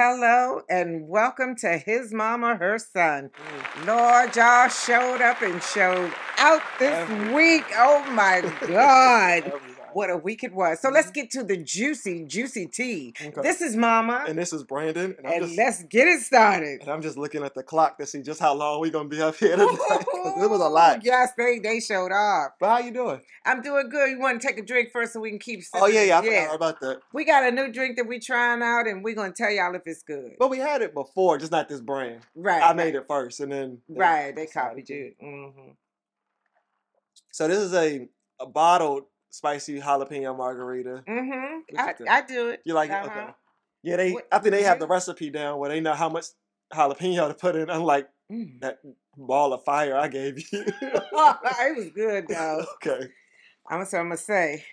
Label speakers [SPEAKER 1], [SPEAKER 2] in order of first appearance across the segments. [SPEAKER 1] Hello and welcome to His Mama, Her Son. Lord, y'all showed up and showed out this
[SPEAKER 2] Everybody.
[SPEAKER 1] week. Oh my God.
[SPEAKER 2] Everybody.
[SPEAKER 1] What a week it was. So
[SPEAKER 2] Mm-hmm.
[SPEAKER 1] let's get to the juicy, juicy tea.
[SPEAKER 2] Okay.
[SPEAKER 1] This is Mama, and,
[SPEAKER 2] and this is Brandon, and I'm just
[SPEAKER 1] let's get it started.
[SPEAKER 2] and I'm just looking at the clock to see just how long we gonna be up here today. 'cause it was a lot.
[SPEAKER 1] Yes, they, they showed up.
[SPEAKER 2] But how you doing?
[SPEAKER 1] I'm doing good. You want to take a drink first so we can keep sipping?
[SPEAKER 2] Oh yeah, yeah. I
[SPEAKER 1] it?
[SPEAKER 2] forgot about that.
[SPEAKER 1] We got a new drink that we trying out, and we're gonna tell y'all if it's good.
[SPEAKER 2] But we had it before, just not this brand.
[SPEAKER 1] Right.
[SPEAKER 2] I made it first, and then they
[SPEAKER 1] Right, they
[SPEAKER 2] decided
[SPEAKER 1] copied
[SPEAKER 2] to-
[SPEAKER 1] you. hmm
[SPEAKER 2] So this is a a bottled spicy jalapeno margarita.
[SPEAKER 1] hmm
[SPEAKER 2] What you
[SPEAKER 1] I,
[SPEAKER 2] think?
[SPEAKER 1] I do it.
[SPEAKER 2] You like it?
[SPEAKER 1] Uh-huh.
[SPEAKER 2] Okay. Yeah, they.
[SPEAKER 1] What- Mm-hmm.
[SPEAKER 2] I think they have
[SPEAKER 1] really?
[SPEAKER 2] the recipe down where they know how much jalapeno to put in. Unlike
[SPEAKER 1] Mm.
[SPEAKER 2] that ball of fire I gave you.
[SPEAKER 1] Oh, it was good though.
[SPEAKER 2] okay.
[SPEAKER 1] I'm so I'm gonna say.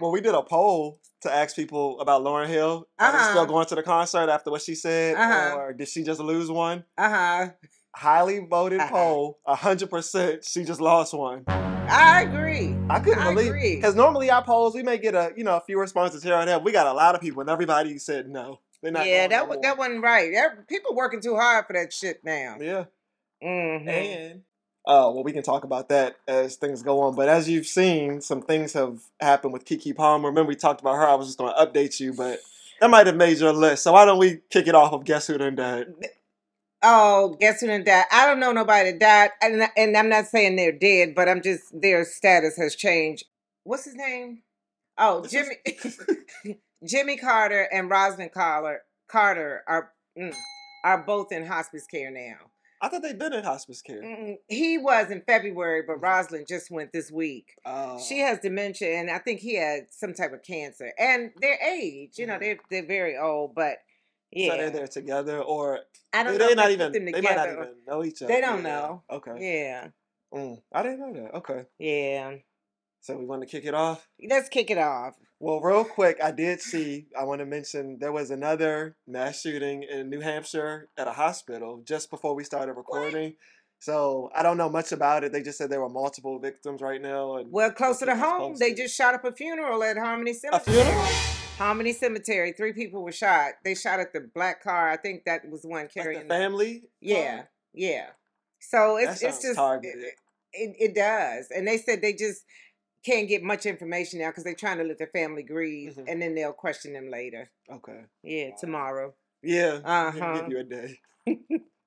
[SPEAKER 2] when we did a poll to ask people about Lauren Hill, are they
[SPEAKER 1] Uh-huh.
[SPEAKER 2] still going to the concert after what she said,
[SPEAKER 1] Uh-huh.
[SPEAKER 2] or did she just lose one?
[SPEAKER 1] uh-huh.
[SPEAKER 2] Highly voted
[SPEAKER 1] Uh-huh.
[SPEAKER 2] poll, hundred percent. She just lost one.
[SPEAKER 1] I agree.
[SPEAKER 2] I couldn't
[SPEAKER 1] I
[SPEAKER 2] believe
[SPEAKER 1] agree.
[SPEAKER 2] because normally our polls we may get a you know a few responses here and there. We got a lot of people, and everybody said no. They're not.
[SPEAKER 1] Yeah,
[SPEAKER 2] going
[SPEAKER 1] that
[SPEAKER 2] no
[SPEAKER 1] wa-
[SPEAKER 2] more.
[SPEAKER 1] that wasn't right. That, people working too hard for that shit now.
[SPEAKER 2] Yeah.
[SPEAKER 1] Mm-hmm.
[SPEAKER 2] And uh, well, we can talk about that as things go on. But as you've seen, some things have happened with Kiki Palmer. Remember, we talked about her. I was just going to update you, but that might have made your list. So why don't we kick it off of Guess Who Done
[SPEAKER 1] Mm.
[SPEAKER 2] Died?
[SPEAKER 1] Oh, guess who done died? I don't know nobody that died, and and I'm not saying they're dead, but I'm just their status has changed. What's his name? Oh,
[SPEAKER 2] This
[SPEAKER 1] Jimmy,
[SPEAKER 2] is-
[SPEAKER 1] Jimmy Carter and Rosalind Carter Carter are mm, are both in hospice care now.
[SPEAKER 2] I thought they'd been in hospice care.
[SPEAKER 1] Mm, He was in February, but
[SPEAKER 2] Mhm.
[SPEAKER 1] Rosalind just went this week.
[SPEAKER 2] Uh,
[SPEAKER 1] She has dementia, and I think he had some type of cancer. And their age, you know,
[SPEAKER 2] Mhm.
[SPEAKER 1] they're they're very old, but yeah,
[SPEAKER 2] So they're there together, or
[SPEAKER 1] I don't
[SPEAKER 2] they,
[SPEAKER 1] know.
[SPEAKER 2] they
[SPEAKER 1] if
[SPEAKER 2] not
[SPEAKER 1] put
[SPEAKER 2] even.
[SPEAKER 1] them
[SPEAKER 2] They might not
[SPEAKER 1] together or-
[SPEAKER 2] even know each other.
[SPEAKER 1] They don't
[SPEAKER 2] Yeah.
[SPEAKER 1] know.
[SPEAKER 2] Okay.
[SPEAKER 1] Yeah,
[SPEAKER 2] Mm, I didn't know that. Okay.
[SPEAKER 1] yeah.
[SPEAKER 2] So we want to kick it off.
[SPEAKER 1] Let's kick it off.
[SPEAKER 2] Well, real quick, I did see, I want to mention there was another mass shooting in New Hampshire at a hospital just before we started recording. So I don't know much about it. They just said there were multiple victims right now. And
[SPEAKER 1] Well, closer to
[SPEAKER 2] keep us
[SPEAKER 1] home, they
[SPEAKER 2] posted.
[SPEAKER 1] just shot up a funeral at Harmony
[SPEAKER 2] a
[SPEAKER 1] Cemetery.
[SPEAKER 2] funeral?
[SPEAKER 1] Harmony Cemetery, three people were shot. They shot at the black car. I think that was the one
[SPEAKER 2] Like
[SPEAKER 1] carrying.
[SPEAKER 2] the
[SPEAKER 1] the-
[SPEAKER 2] family? car?
[SPEAKER 1] yeah, yeah. So
[SPEAKER 2] That
[SPEAKER 1] it's it's
[SPEAKER 2] sounds
[SPEAKER 1] just
[SPEAKER 2] targeted.
[SPEAKER 1] It, it, it does, and they said they just can't get much information now because they're trying to let their family grieve,
[SPEAKER 2] Mhm.
[SPEAKER 1] and then they'll question them later.
[SPEAKER 2] Oh, Okay.
[SPEAKER 1] Yeah,
[SPEAKER 2] Wow.
[SPEAKER 1] tomorrow.
[SPEAKER 2] Yeah.
[SPEAKER 1] Uh
[SPEAKER 2] we'll
[SPEAKER 1] huh.
[SPEAKER 2] Give you a day.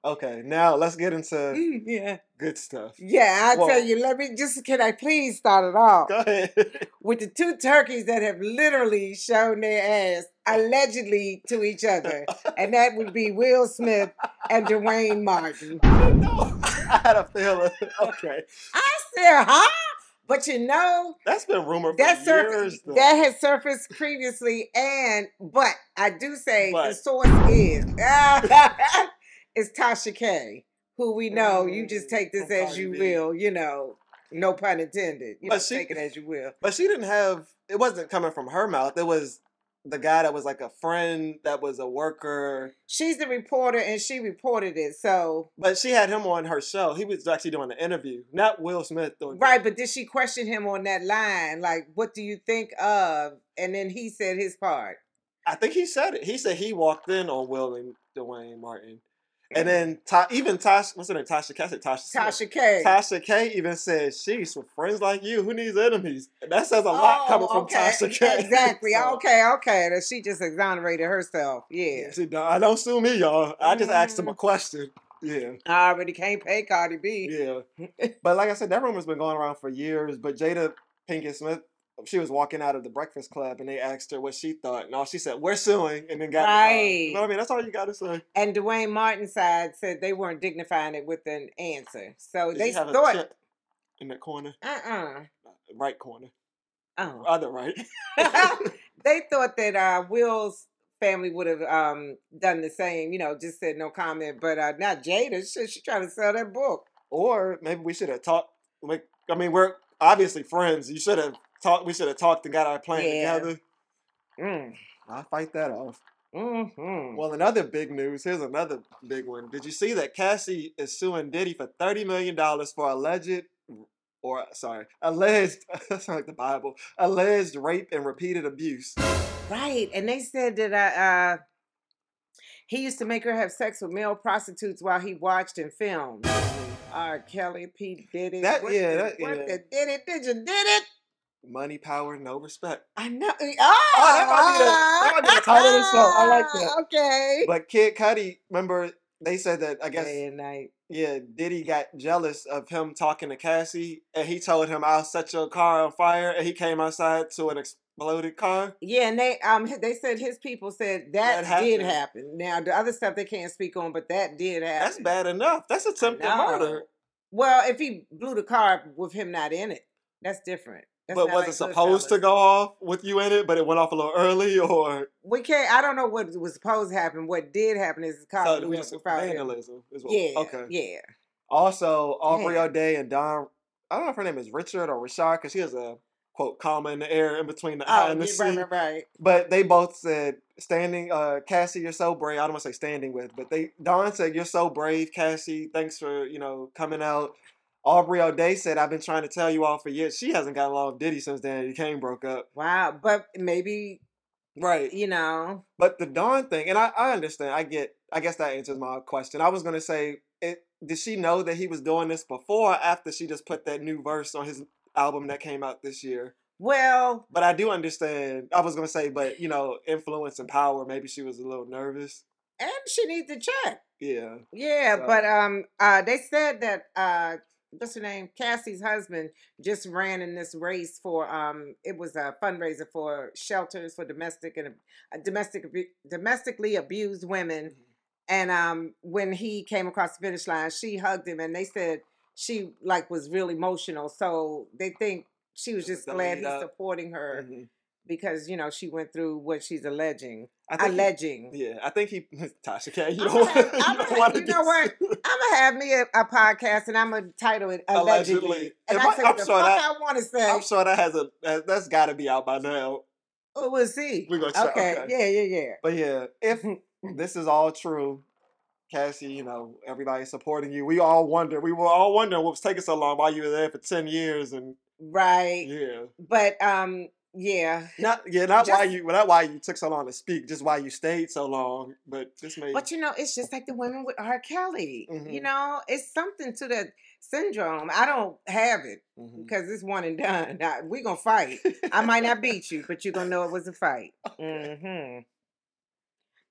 [SPEAKER 2] okay. Now let's get into
[SPEAKER 1] Yeah,
[SPEAKER 2] good stuff.
[SPEAKER 1] yeah. I
[SPEAKER 2] Well-
[SPEAKER 1] tell you, let me just can I please start it off?
[SPEAKER 2] Go ahead.
[SPEAKER 1] with the two turkeys that have literally shown their ass allegedly to each other, and that would be Will Smith and Dwayne Martin.
[SPEAKER 2] I didn't know. I had a feeling. Okay.
[SPEAKER 1] I said, huh? But you know,
[SPEAKER 2] That's been rumored for
[SPEAKER 1] that
[SPEAKER 2] years.
[SPEAKER 1] surfaced
[SPEAKER 2] though.
[SPEAKER 1] that has surfaced previously, and but I do say the
[SPEAKER 2] But.
[SPEAKER 1] source is is Tasha K, who we know. You just
[SPEAKER 2] Mm,
[SPEAKER 1] take this
[SPEAKER 2] from
[SPEAKER 1] as
[SPEAKER 2] Cardi
[SPEAKER 1] you
[SPEAKER 2] B.
[SPEAKER 1] will, you know. No pun intended. You
[SPEAKER 2] But
[SPEAKER 1] know,
[SPEAKER 2] she-
[SPEAKER 1] take it as you will.
[SPEAKER 2] But she didn't have. It wasn't coming from her mouth. It was the guy that was like a friend that was a worker.
[SPEAKER 1] She's the reporter, and she reported it. So
[SPEAKER 2] But she had him on her show. He was actually doing an interview, not Will Smith doing.
[SPEAKER 1] Right, but did she question him on that line? Like, what do you think of? And then he said his part.
[SPEAKER 2] I think he said it. He said he walked in on Will and Dwayne Martin, and then Ta- even Tasha. What's her name? Tasha K. I said Tasha. Smith.
[SPEAKER 1] Tasha K.
[SPEAKER 2] Tasha K. even said, "She's with friends like you. Who needs enemies?" And that says a lot coming from Tasha K.
[SPEAKER 1] Oh, Exactly.
[SPEAKER 2] So,
[SPEAKER 1] Okay, okay. That she just exonerated herself. Yeah.
[SPEAKER 2] She, don't- I don't sue me, y'all. I just asked him a
[SPEAKER 1] Mhm.
[SPEAKER 2] question. Yeah.
[SPEAKER 1] I already can't pay Cardi B.
[SPEAKER 2] Yeah. but like I said, that rumor's been going around for years. But Jada Pinkett Smith, she was walking out of the Breakfast Club and they asked her what she thought. And all she said, We're suing. And then got in the car.
[SPEAKER 1] Right.
[SPEAKER 2] You know what I mean? That's all you got to say.
[SPEAKER 1] And Dwayne Martin's side said they weren't dignifying it with an answer. So
[SPEAKER 2] Did
[SPEAKER 1] they
[SPEAKER 2] you have a
[SPEAKER 1] thought,
[SPEAKER 2] chip in the corner,
[SPEAKER 1] uh uh
[SPEAKER 2] right corner,
[SPEAKER 1] Oh.
[SPEAKER 2] other right.
[SPEAKER 1] they thought that uh, Will's family would have um, done the same, you know, just said no comment. But uh, not Jada. She, she trying to sell that book.
[SPEAKER 2] or maybe we should have talked. Like, I mean, we're obviously friends. You should have talked. We should have talked and got our plan
[SPEAKER 1] Yeah.
[SPEAKER 2] together.
[SPEAKER 1] Mm.
[SPEAKER 2] I fight that off.
[SPEAKER 1] hmm
[SPEAKER 2] Well, another big news. Here's another big one. Did you see that Cassie is suing Diddy for thirty million dollars for alleged, or sorry, alleged. That's like the Bible. Alleged rape and repeated abuse.
[SPEAKER 1] Right. And they said that I. Uh, He used to make her have sex with male prostitutes while he watched and filmed. R. Kelly, P. Diddy.
[SPEAKER 2] Mm-hmm. That-
[SPEAKER 1] what
[SPEAKER 2] yeah,
[SPEAKER 1] the,
[SPEAKER 2] that-
[SPEAKER 1] what
[SPEAKER 2] yeah.
[SPEAKER 1] the did it? Did you did it?
[SPEAKER 2] Money, power, no respect.
[SPEAKER 1] I know. Oh,
[SPEAKER 2] that might be the- that might be the title of the song. I like that.
[SPEAKER 1] Okay.
[SPEAKER 2] But Kid Cudi, remember they said that I guess
[SPEAKER 1] Day and night.
[SPEAKER 2] yeah, Diddy got jealous of him talking to Cassie, and he told him, "I'll set your car on fire," and he came outside to an exploded car.
[SPEAKER 1] Yeah, and they um they said his people said that,
[SPEAKER 2] That
[SPEAKER 1] did
[SPEAKER 2] happened.
[SPEAKER 1] happen. Now the other stuff they can't speak on, but that did happen.
[SPEAKER 2] That's bad enough. That's attempted murder.
[SPEAKER 1] know. Well, if he blew the car up with him not in it, that's different. That's
[SPEAKER 2] but
[SPEAKER 1] not
[SPEAKER 2] was
[SPEAKER 1] like
[SPEAKER 2] it supposed to
[SPEAKER 1] Goodfellas.
[SPEAKER 2] go off with you in it? But it went off a little early, or
[SPEAKER 1] We can't. I don't know what was supposed to happen. What did happen is the car
[SPEAKER 2] so
[SPEAKER 1] blew
[SPEAKER 2] we
[SPEAKER 1] up
[SPEAKER 2] just
[SPEAKER 1] without him.
[SPEAKER 2] vandalism. Is what,
[SPEAKER 1] Yeah.
[SPEAKER 2] Okay.
[SPEAKER 1] Yeah.
[SPEAKER 2] Also, Aubrey
[SPEAKER 1] Yeah.
[SPEAKER 2] O'Day and Don. I don't know if her name is Richard or Rashad because she has a quote comma in the air in between the
[SPEAKER 1] Oh,
[SPEAKER 2] I and the
[SPEAKER 1] yeah,
[SPEAKER 2] C.
[SPEAKER 1] right, right, right.
[SPEAKER 2] But they both said standing. Uh, Cassie, you're so brave. I don't want to say standing with, but they Don said you're so brave, Cassie. Thanks for you know coming out. Aubrey O'Day said I've been trying to tell you all for years. She hasn't got along with Diddy since Danny Kane broke up.
[SPEAKER 1] Wow. But maybe
[SPEAKER 2] Right.
[SPEAKER 1] you know.
[SPEAKER 2] But the Dawn thing, and I, I understand, I get, I guess that answers my question. I was gonna say, it, did she know that he was doing this before or after she just put that new verse on his album that came out this year?
[SPEAKER 1] Well,
[SPEAKER 2] But I do understand. I was gonna say, but you know, influence and power. Maybe she was a little nervous.
[SPEAKER 1] and she needs to check.
[SPEAKER 2] Yeah.
[SPEAKER 1] Yeah,
[SPEAKER 2] So-
[SPEAKER 1] but um, uh, they said that uh, what's her name? Cassie's husband just ran in this race for um, it was a fundraiser for shelters for domestic and uh, domestic abu- domestically abused women.
[SPEAKER 2] Mm-hmm.
[SPEAKER 1] And um, when he came across the finish line, she hugged him, and they said she like was real emotional. So they think she was
[SPEAKER 2] It was
[SPEAKER 1] just
[SPEAKER 2] the
[SPEAKER 1] glad
[SPEAKER 2] lead
[SPEAKER 1] he's
[SPEAKER 2] up.
[SPEAKER 1] supporting her
[SPEAKER 2] Mhm.
[SPEAKER 1] because you know she went through what she's alleging,
[SPEAKER 2] I think. he-
[SPEAKER 1] alleging.
[SPEAKER 2] yeah, I think he, Tasha K.
[SPEAKER 1] I'm
[SPEAKER 2] You don't.
[SPEAKER 1] gonna-
[SPEAKER 2] you
[SPEAKER 1] I'm
[SPEAKER 2] don't
[SPEAKER 1] gonna-
[SPEAKER 2] want to
[SPEAKER 1] you know what? I'm gonna have me a, a podcast and I'm gonna title it allegedly.
[SPEAKER 2] Allegedly.
[SPEAKER 1] And
[SPEAKER 2] If
[SPEAKER 1] I
[SPEAKER 2] I-
[SPEAKER 1] say
[SPEAKER 2] I'm
[SPEAKER 1] what the
[SPEAKER 2] sorry,
[SPEAKER 1] fuck
[SPEAKER 2] that-
[SPEAKER 1] I want to say.
[SPEAKER 2] I'm sure that has a. that- That's got to be out by now.
[SPEAKER 1] Oh, we'll see.
[SPEAKER 2] We're gonna try-
[SPEAKER 1] okay.
[SPEAKER 2] okay.
[SPEAKER 1] Yeah. Yeah. Yeah.
[SPEAKER 2] But yeah, if this is all true, Cassie, you know, everybody supporting you. We all wonder. We were all wondering what was taking so long while you were there for ten years and
[SPEAKER 1] Right.
[SPEAKER 2] yeah.
[SPEAKER 1] But um. Yeah.
[SPEAKER 2] Not yeah, not why
[SPEAKER 1] Just-
[SPEAKER 2] you not why you took so long to speak, just why you stayed so long. But this may
[SPEAKER 1] But you know, it's just like the women with R. Kelly. You
[SPEAKER 2] Mhm.
[SPEAKER 1] know, it's something to that syndrome. I don't have it
[SPEAKER 2] Mhm.
[SPEAKER 1] because it's one and done. I, we gonna fight. I might not beat you, but you're gonna know it was a fight. hmm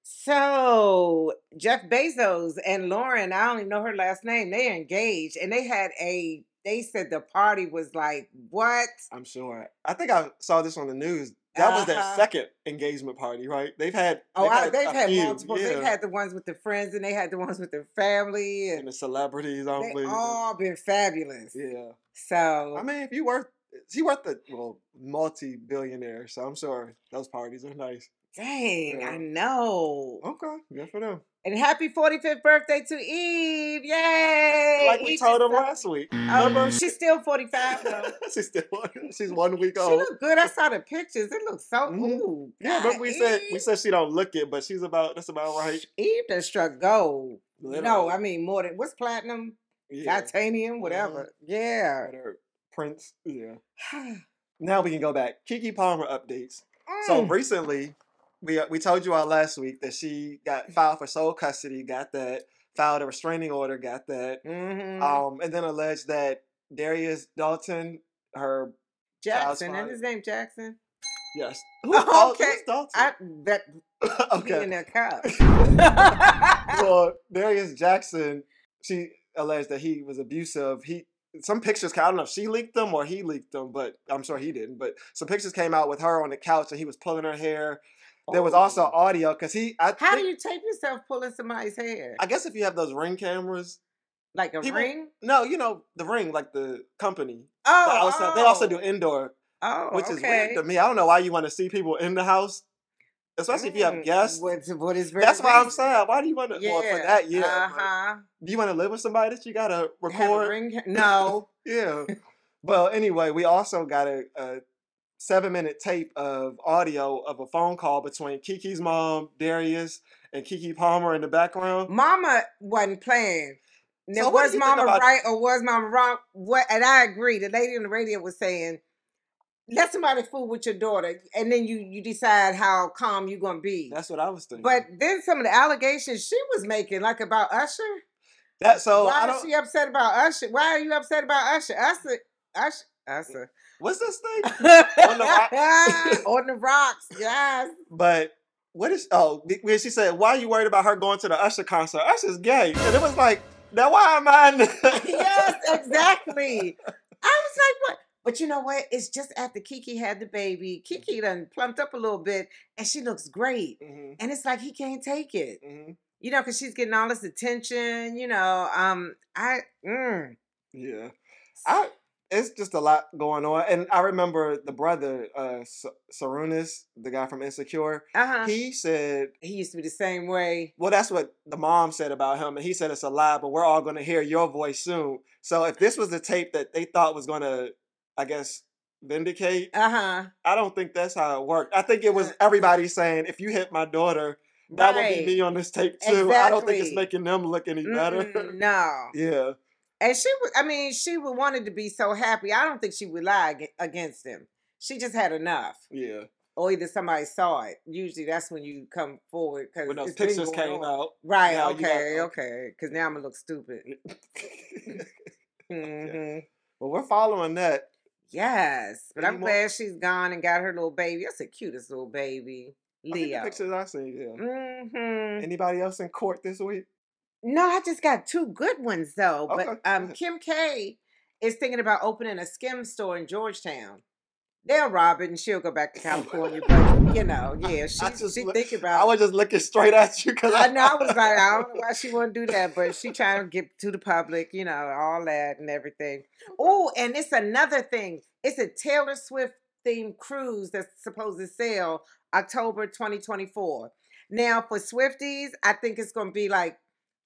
[SPEAKER 1] So Jeff Bezos and Lauren, I don't even know her last name. They are engaged, and they had a. They said the party was like what?
[SPEAKER 2] I'm sure. I think I saw this on the news. That was their
[SPEAKER 1] Uh-huh.
[SPEAKER 2] second engagement party, right? They've had
[SPEAKER 1] Oh, they've, I, had,
[SPEAKER 2] a
[SPEAKER 1] they've had
[SPEAKER 2] few,
[SPEAKER 1] multiple.
[SPEAKER 2] yeah,
[SPEAKER 1] They've had the ones with the friends, and they had the ones with the family,
[SPEAKER 2] and
[SPEAKER 1] and
[SPEAKER 2] the celebrities, I
[SPEAKER 1] they
[SPEAKER 2] believe. and-
[SPEAKER 1] all been fabulous.
[SPEAKER 2] Yeah.
[SPEAKER 1] So
[SPEAKER 2] I mean, if you worth, he worth the well, multi-billionaire. So I'm sure those parties are nice.
[SPEAKER 1] dang,
[SPEAKER 2] Yeah.
[SPEAKER 1] I know.
[SPEAKER 2] Okay, good for them.
[SPEAKER 1] And happy 45th birthday to Eve! Yay!
[SPEAKER 2] Like we
[SPEAKER 1] Eve
[SPEAKER 2] told
[SPEAKER 1] is
[SPEAKER 2] him
[SPEAKER 1] so-
[SPEAKER 2] last week.
[SPEAKER 1] Oh,
[SPEAKER 2] Mm-hmm.
[SPEAKER 1] she's still 45 though.
[SPEAKER 2] she's still one- she's one week
[SPEAKER 1] She
[SPEAKER 2] old.
[SPEAKER 1] looked good. I saw the pictures. It looks so
[SPEAKER 2] Mhm.
[SPEAKER 1] ooh.
[SPEAKER 2] Yeah,
[SPEAKER 1] God,
[SPEAKER 2] remember we said we
[SPEAKER 1] Eve-
[SPEAKER 2] said she don't look it, but she's about that's about right.
[SPEAKER 1] Eve done struck gold. No,
[SPEAKER 2] Literally.
[SPEAKER 1] I mean more than what's platinum,
[SPEAKER 2] Yeah. Mm-hmm.
[SPEAKER 1] titanium, whatever. Yeah.
[SPEAKER 2] Better Prince. Yeah. Now we can go back. Kiki Palmer updates. So
[SPEAKER 1] Mm.
[SPEAKER 2] recently, we uh, we told you all last week that she
[SPEAKER 1] Hmm.
[SPEAKER 2] got filed for sole custody. Got that. Filed a restraining order. Got that.
[SPEAKER 1] Mhm.
[SPEAKER 2] um, and then alleged that Darius Dalton, her
[SPEAKER 1] Jackson,
[SPEAKER 2] Child's
[SPEAKER 1] and his name Jackson.
[SPEAKER 2] yes, who's Dal-
[SPEAKER 1] Okay,
[SPEAKER 2] who's Dalton?
[SPEAKER 1] I that okay. in a
[SPEAKER 2] okay,
[SPEAKER 1] cup.
[SPEAKER 2] well, Darius Jackson, she alleged that he was abusive. He some pictures. I don't know if she leaked them or he leaked them, but I'm sure he didn't. But some pictures came out with her on the couch and he was pulling her hair. There was also
[SPEAKER 1] Ooh.
[SPEAKER 2] audio because he. I
[SPEAKER 1] Oh. How do
[SPEAKER 2] think-
[SPEAKER 1] you tape yourself pulling somebody's hair?
[SPEAKER 2] I guess if you have those ring cameras,
[SPEAKER 1] like a
[SPEAKER 2] people-
[SPEAKER 1] ring?
[SPEAKER 2] no, you know the ring, like the company.
[SPEAKER 1] Oh,
[SPEAKER 2] The outside- They also
[SPEAKER 1] oh.
[SPEAKER 2] do indoor
[SPEAKER 1] Oh,
[SPEAKER 2] which is
[SPEAKER 1] okay.
[SPEAKER 2] weird to me. I don't know why you want to see people in the house, especially if you have
[SPEAKER 1] Mm,
[SPEAKER 2] guests.
[SPEAKER 1] What, what is very
[SPEAKER 2] That's why I'm
[SPEAKER 1] reason.
[SPEAKER 2] saying, why do you want to? Well, for that, yeah. but
[SPEAKER 1] Uh-huh.
[SPEAKER 2] Do you want to live with somebody that you gotta
[SPEAKER 1] Have a
[SPEAKER 2] record?
[SPEAKER 1] ring? ca- No.
[SPEAKER 2] Yeah. well, anyway, we also got a, a seven-minute tape of audio of a phone call between Kiki's mom, Darius, and Kiki Palmer in the background.
[SPEAKER 1] Mama wasn't playing. Now,
[SPEAKER 2] So what do
[SPEAKER 1] was
[SPEAKER 2] you think
[SPEAKER 1] Mama
[SPEAKER 2] about-
[SPEAKER 1] right or was Mama wrong? What? And I agree. The lady on the radio was saying let somebody fool with your daughter, and then you you decide how calm you're gonna be.
[SPEAKER 2] That's what I was thinking.
[SPEAKER 1] but then some of the allegations she was making, like about Usher.
[SPEAKER 2] that so I
[SPEAKER 1] Why is
[SPEAKER 2] don't.
[SPEAKER 1] she upset about Usher? Why are you upset about Usher? Usher, Usher, Usher.
[SPEAKER 2] What's this thing?
[SPEAKER 1] on,
[SPEAKER 2] Mm. the rocks.
[SPEAKER 1] on the rocks, yes.
[SPEAKER 2] But what is? Oh, be- when she said, "Why are you worried about her going to the Usher concert? Usher's gay," and it was like, "Now why am I?" in the-"
[SPEAKER 1] yes, exactly. I was like, what? But you know what? It's just after Kiki had the baby, Kiki done plumped up a little bit and she looks great.
[SPEAKER 2] Mhm,
[SPEAKER 1] And it's like he can't take it.
[SPEAKER 2] mhm.
[SPEAKER 1] You know, because she's getting all this attention, you know. Um, I mm.
[SPEAKER 2] Yeah, I. It's just a lot going on, and I remember the brother, uh, S- Sarunas, the guy from Insecure.
[SPEAKER 1] uh-huh. He,
[SPEAKER 2] He said
[SPEAKER 1] used to be the same way.
[SPEAKER 2] Well, that's what the mom said about him, and he said it's a lie, but we're all going to hear your voice soon. So if this was the tape that they thought was going to, I guess, vindicate,
[SPEAKER 1] Uh-huh.
[SPEAKER 2] I don't think that's how it worked. I think it was everybody saying, if you hit my daughter, that would be me on this tape too. I don't think it's
[SPEAKER 1] Exactly.
[SPEAKER 2] making them look any
[SPEAKER 1] Mm-mm,
[SPEAKER 2] better.
[SPEAKER 1] no.
[SPEAKER 2] yeah.
[SPEAKER 1] And she was, I mean, she would wanted to be so happy. I don't think she would lie ag- against him. She just had enough.
[SPEAKER 2] Yeah.
[SPEAKER 1] Or either somebody saw it. Usually that's when you come forward because
[SPEAKER 2] When those pictures came out.
[SPEAKER 1] Right,
[SPEAKER 2] now you got-
[SPEAKER 1] okay,
[SPEAKER 2] okay.
[SPEAKER 1] okay. Because now I'm going to look stupid. Mhm.
[SPEAKER 2] well, we're following that.
[SPEAKER 1] Yes. But
[SPEAKER 2] Any
[SPEAKER 1] I'm
[SPEAKER 2] more?
[SPEAKER 1] glad she's gone and got her little baby. That's the cutest little baby.
[SPEAKER 2] I think the
[SPEAKER 1] Leo. Mm-hmm.
[SPEAKER 2] pictures I seen, yeah.
[SPEAKER 1] hmm
[SPEAKER 2] Anybody else in court this week?
[SPEAKER 1] No, I just got two good ones though.
[SPEAKER 2] Okay,
[SPEAKER 1] But
[SPEAKER 2] go
[SPEAKER 1] um,
[SPEAKER 2] ahead.
[SPEAKER 1] Kim K is thinking about opening a skim store in Georgetown. They'll rob it and she'll go back to California. but you know, yeah,
[SPEAKER 2] I
[SPEAKER 1] she's
[SPEAKER 2] just
[SPEAKER 1] she
[SPEAKER 2] look-
[SPEAKER 1] thinking
[SPEAKER 2] I
[SPEAKER 1] about.
[SPEAKER 2] was just looking straight at you because
[SPEAKER 1] Uh, I know I was like, "Oh." I don't know why she want to do that, but she trying to get to the public, you know, all that and everything. Oh, and it's another thing. It's a Taylor Swift themed cruise that's supposed to sail October 2024. Now for Swifties, I think it's going to be like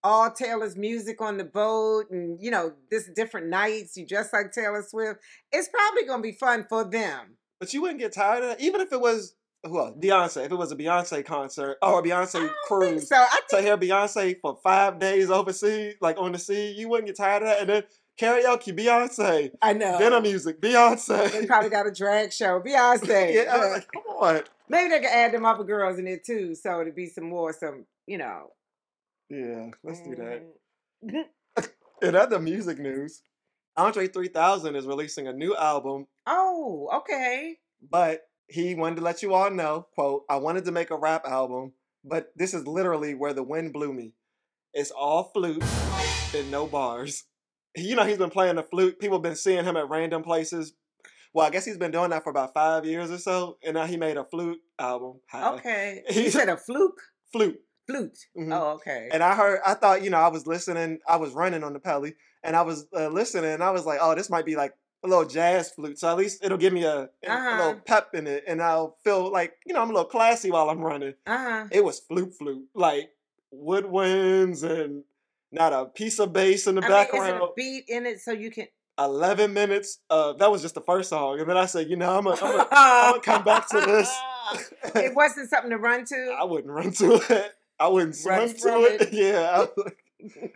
[SPEAKER 1] all Taylor's music on the boat, and you know, this different nights. You dress like Taylor Swift. It's probably going to be fun for them.
[SPEAKER 2] But you wouldn't get tired of that, even if it was who else? Beyonce. If it was a Beyonce concert or a
[SPEAKER 1] I
[SPEAKER 2] Beyonce
[SPEAKER 1] don't think
[SPEAKER 2] cruise
[SPEAKER 1] so. I think
[SPEAKER 2] to hear Beyonce for five days overseas, like on the sea, you wouldn't get tired of that. And then karaoke, Beyonce,
[SPEAKER 1] I know.
[SPEAKER 2] dinner music,
[SPEAKER 1] Uh, They
[SPEAKER 2] Beyonce.
[SPEAKER 1] probably got a drag show. Beyonce.
[SPEAKER 2] yeah, I was
[SPEAKER 1] Look,
[SPEAKER 2] like, come on.
[SPEAKER 1] maybe they could add them other girls in there too, so it'd be some more, some you know.
[SPEAKER 2] Yeah, let's do that.
[SPEAKER 1] Mhm.
[SPEAKER 2] In other music news, Andre 3000 is releasing a new album
[SPEAKER 1] Oh, okay.
[SPEAKER 2] but he wanted to let you all know quote i wanted to make a rap album but this is literally where the wind blew me it's all flute and no bars you know he's been playing the flute people been seeing him at random places well i guess he's been doing that for about five years or so and now he made a flute album Hi.
[SPEAKER 1] Okay.
[SPEAKER 2] He-
[SPEAKER 1] You said a fluke?
[SPEAKER 2] flute
[SPEAKER 1] Flute.
[SPEAKER 2] Mhm.
[SPEAKER 1] Oh, okay.
[SPEAKER 2] and I heard, I thought, you know, I was listening, I was running on the Pelly, and I was uh, listening, and I was like, oh, this might be like a little jazz flute, so at least it'll give me a, a- a
[SPEAKER 1] Uh-huh.
[SPEAKER 2] little pep in it, and I'll feel like, you know, I'm a little classy while I'm running.
[SPEAKER 1] Uh-huh.
[SPEAKER 2] It was flute, flute, like woodwinds and not a piece of bass in the
[SPEAKER 1] I mean, is it
[SPEAKER 2] background.
[SPEAKER 1] a beat in it so you can
[SPEAKER 2] 11 minutes, uh, that was just the first song, and then I said, you know, I'm gonna I'ma come back to
[SPEAKER 1] it wasn't something to run to.
[SPEAKER 2] I wouldn't run to it. I wouldn't
[SPEAKER 1] Run
[SPEAKER 2] swim
[SPEAKER 1] from
[SPEAKER 2] to it.
[SPEAKER 1] it.
[SPEAKER 2] Yeah. I was like-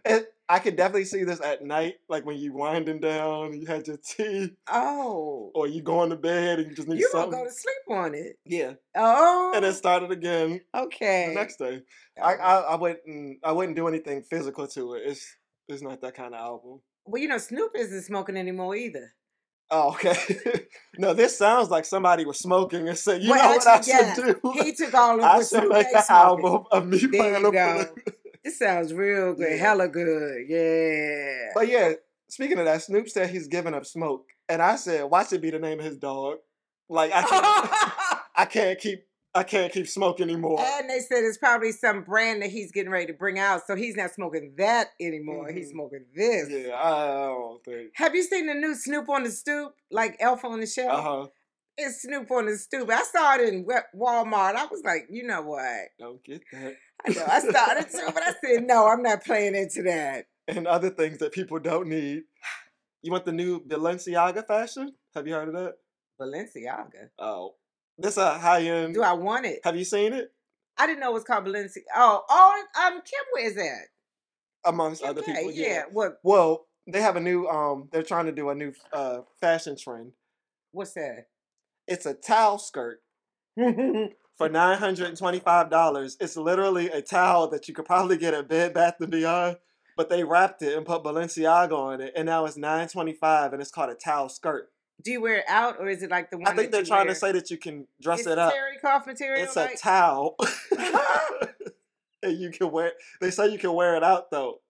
[SPEAKER 2] it, I could definitely see this at night, like when you winding down, you had your tea,
[SPEAKER 1] Oh.
[SPEAKER 2] or you going to bed and you just need
[SPEAKER 1] You gonna
[SPEAKER 2] something.
[SPEAKER 1] go to sleep on it.
[SPEAKER 2] yeah.
[SPEAKER 1] Oh
[SPEAKER 2] And it started again
[SPEAKER 1] okay. Oh.
[SPEAKER 2] the next day. I, I, I wouldn't I wouldn't do anything physical to it. It's it's not that kind of album.
[SPEAKER 1] Well, you know, Snoop isn't smoking anymore either.
[SPEAKER 2] Oh, okay. no, this sounds like somebody was smoking and said, "You
[SPEAKER 1] Well,
[SPEAKER 2] know what I
[SPEAKER 1] actually, yeah,
[SPEAKER 2] should do?
[SPEAKER 1] He took all of
[SPEAKER 2] I
[SPEAKER 1] what
[SPEAKER 2] should
[SPEAKER 1] Snoop
[SPEAKER 2] make
[SPEAKER 1] Dogg
[SPEAKER 2] an
[SPEAKER 1] smoking.
[SPEAKER 2] album of me
[SPEAKER 1] There
[SPEAKER 2] playing
[SPEAKER 1] you
[SPEAKER 2] the flute."
[SPEAKER 1] go. This sounds real good,
[SPEAKER 2] Yeah.
[SPEAKER 1] hella good. Yeah.
[SPEAKER 2] But yeah, speaking of that, Snoop said he's giving up smoke, and I said, "Watch it be the name of his dog." Like I can't, I can't keep, I can't keep smoke anymore.
[SPEAKER 1] and they said it's probably some brand that he's getting ready to bring out, so he's not smoking that anymore. He's
[SPEAKER 2] Mhm.
[SPEAKER 1] smoking this.
[SPEAKER 2] Yeah, I, I don't think.
[SPEAKER 1] Have you seen the new Snoop on the stoop, like Elf on the Shelf?
[SPEAKER 2] Uh huh.
[SPEAKER 1] It's Snoop on the stoop. I saw it in Wa- Walmart. I was like, you know what?
[SPEAKER 2] Don't get that.
[SPEAKER 1] I know I started to, but I said, no, I'm not playing into that.
[SPEAKER 2] And other things that people don't need. You want the new Balenciaga fashion? Have you heard of that?
[SPEAKER 1] Balenciaga.
[SPEAKER 2] Oh, this a high end.
[SPEAKER 1] Do I want it?
[SPEAKER 2] Have you seen it?
[SPEAKER 1] I didn't know it was called Balenciaga. Oh, oh, um, Kim, where is that?
[SPEAKER 2] Amongst
[SPEAKER 1] Kim
[SPEAKER 2] other
[SPEAKER 1] K,
[SPEAKER 2] people,
[SPEAKER 1] yeah. What?
[SPEAKER 2] Well, they have a new. Um, they're trying to do a new uh fashion trend.
[SPEAKER 1] What's that?
[SPEAKER 2] It's a towel skirt for nine hundred and twenty-five dollars. It's literally a towel that you could probably get at Bed Bath and Beyond, but they wrapped it and put Balenciaga on it, and now it's nine twenty-five, and it's called a towel skirt.
[SPEAKER 1] Do you wear it out or is it like the one?
[SPEAKER 2] I
[SPEAKER 1] that
[SPEAKER 2] think they're
[SPEAKER 1] you
[SPEAKER 2] trying
[SPEAKER 1] wear-
[SPEAKER 2] to say that you can dress
[SPEAKER 1] it's
[SPEAKER 2] it up.
[SPEAKER 1] Terry Cough material.
[SPEAKER 2] It's
[SPEAKER 1] like?
[SPEAKER 2] a towel, and you can wear. They say you can wear it out though.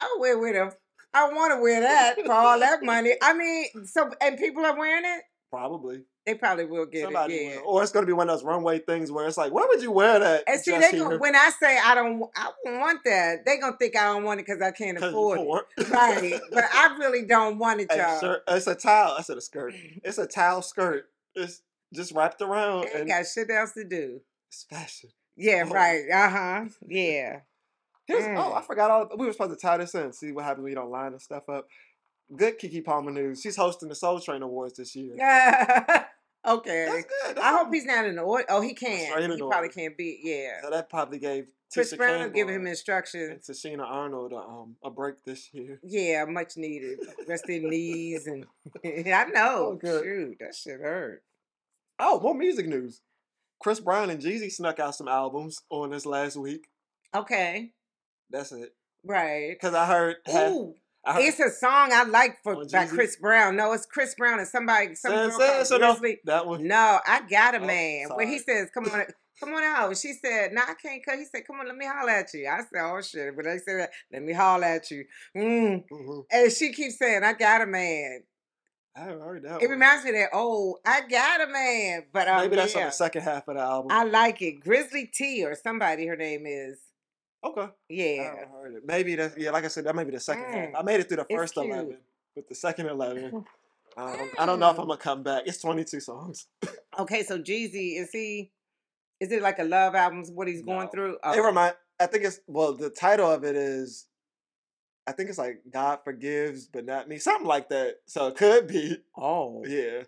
[SPEAKER 1] I'll wear with them. I want to wear that for all that money. I mean, so and people are wearing it.
[SPEAKER 2] Probably
[SPEAKER 1] They probably will get
[SPEAKER 2] somebody
[SPEAKER 1] it. Yeah.
[SPEAKER 2] will. Oh, or it's gonna be one of those runway things where it's like, why would you wear that?
[SPEAKER 1] And see,
[SPEAKER 2] dress
[SPEAKER 1] they gonna,
[SPEAKER 2] here?
[SPEAKER 1] when I say I don't, w- I don't want that, they gonna think I don't want it because I can't
[SPEAKER 2] 'Cause you
[SPEAKER 1] afford it.
[SPEAKER 2] poor.
[SPEAKER 1] Right, but I really don't want it,
[SPEAKER 2] A
[SPEAKER 1] y'all.
[SPEAKER 2] shirt- It's a towel. I said a skirt. It's a towel skirt. It's just wrapped around
[SPEAKER 1] They ain't
[SPEAKER 2] and
[SPEAKER 1] got shit else to do.
[SPEAKER 2] it's fashion.
[SPEAKER 1] Yeah,
[SPEAKER 2] Oh.
[SPEAKER 1] right. Uh huh. Yeah.
[SPEAKER 2] Here's, Oh, I
[SPEAKER 1] Mm.
[SPEAKER 2] forgot all. We were supposed to tie this in. See what happens when you don't line this stuff up. Good Kiki Palmer news. She's hosting the Soul Train Awards this year.
[SPEAKER 1] okay.
[SPEAKER 2] That's good.
[SPEAKER 1] I hope he's not in the order. Oh, he
[SPEAKER 2] right, in
[SPEAKER 1] can.
[SPEAKER 2] the
[SPEAKER 1] He probably
[SPEAKER 2] order.
[SPEAKER 1] can't be. Yeah.
[SPEAKER 2] So that probably gave
[SPEAKER 1] Chris
[SPEAKER 2] Tisha
[SPEAKER 1] Brown will give
[SPEAKER 2] Campbell
[SPEAKER 1] him
[SPEAKER 2] and
[SPEAKER 1] instructions.
[SPEAKER 2] Tashina Arnold a, um, a break this year.
[SPEAKER 1] Yeah, much needed. Rest in knees and I know.
[SPEAKER 2] Oh, good.
[SPEAKER 1] Shoot, that shit hurt.
[SPEAKER 2] Oh, more music news. Chris Brown and Jeezy snuck out some albums on this last week.
[SPEAKER 1] Okay.
[SPEAKER 2] That's it.
[SPEAKER 1] Right.
[SPEAKER 2] Because I heard, half-
[SPEAKER 1] Ooh,
[SPEAKER 2] I heard
[SPEAKER 1] it's a song I like for
[SPEAKER 2] On
[SPEAKER 1] by
[SPEAKER 2] Jeezy?
[SPEAKER 1] Chris Brown. No, it's Chris Brown and somebody. Some
[SPEAKER 2] Say-
[SPEAKER 1] girl
[SPEAKER 2] say-
[SPEAKER 1] called
[SPEAKER 2] so no,
[SPEAKER 1] Grizzly.
[SPEAKER 2] that one.
[SPEAKER 1] No, I got a
[SPEAKER 2] Oh,
[SPEAKER 1] man. When he says, "Come on, come on out," she said, "No, I can't." Cause he said, "Come on, let me holler at you." I said, "Oh shit!" But they said, that, "Let me holler at you." Mm.
[SPEAKER 2] Mhm.
[SPEAKER 1] And she keeps saying, "I got a man."
[SPEAKER 2] I haven't heard that
[SPEAKER 1] It
[SPEAKER 2] one.
[SPEAKER 1] reminds me of that oh, I got a man. But um,
[SPEAKER 2] Maybe that's on
[SPEAKER 1] yeah,
[SPEAKER 2] the second half of the album.
[SPEAKER 1] I like it. Grizzly T or somebody her name is.
[SPEAKER 2] okay. I
[SPEAKER 1] Yeah.
[SPEAKER 2] haven't heard it. Maybe that's, yeah, like I said, that may be the second
[SPEAKER 1] Mm.
[SPEAKER 2] half. I made it through the
[SPEAKER 1] It's
[SPEAKER 2] first
[SPEAKER 1] cute.
[SPEAKER 2] 11, but the second 11, um, I don't know if I'm going to come back. It's 22 songs.
[SPEAKER 1] Okay, so Jeezy is he? Is it like a love album? is What he's going
[SPEAKER 2] No.
[SPEAKER 1] through? Oh,
[SPEAKER 2] It remind. I think it's well. The title of it is, I think it's like God forgives but not me, something like that. So it could be,
[SPEAKER 1] oh,
[SPEAKER 2] yeah.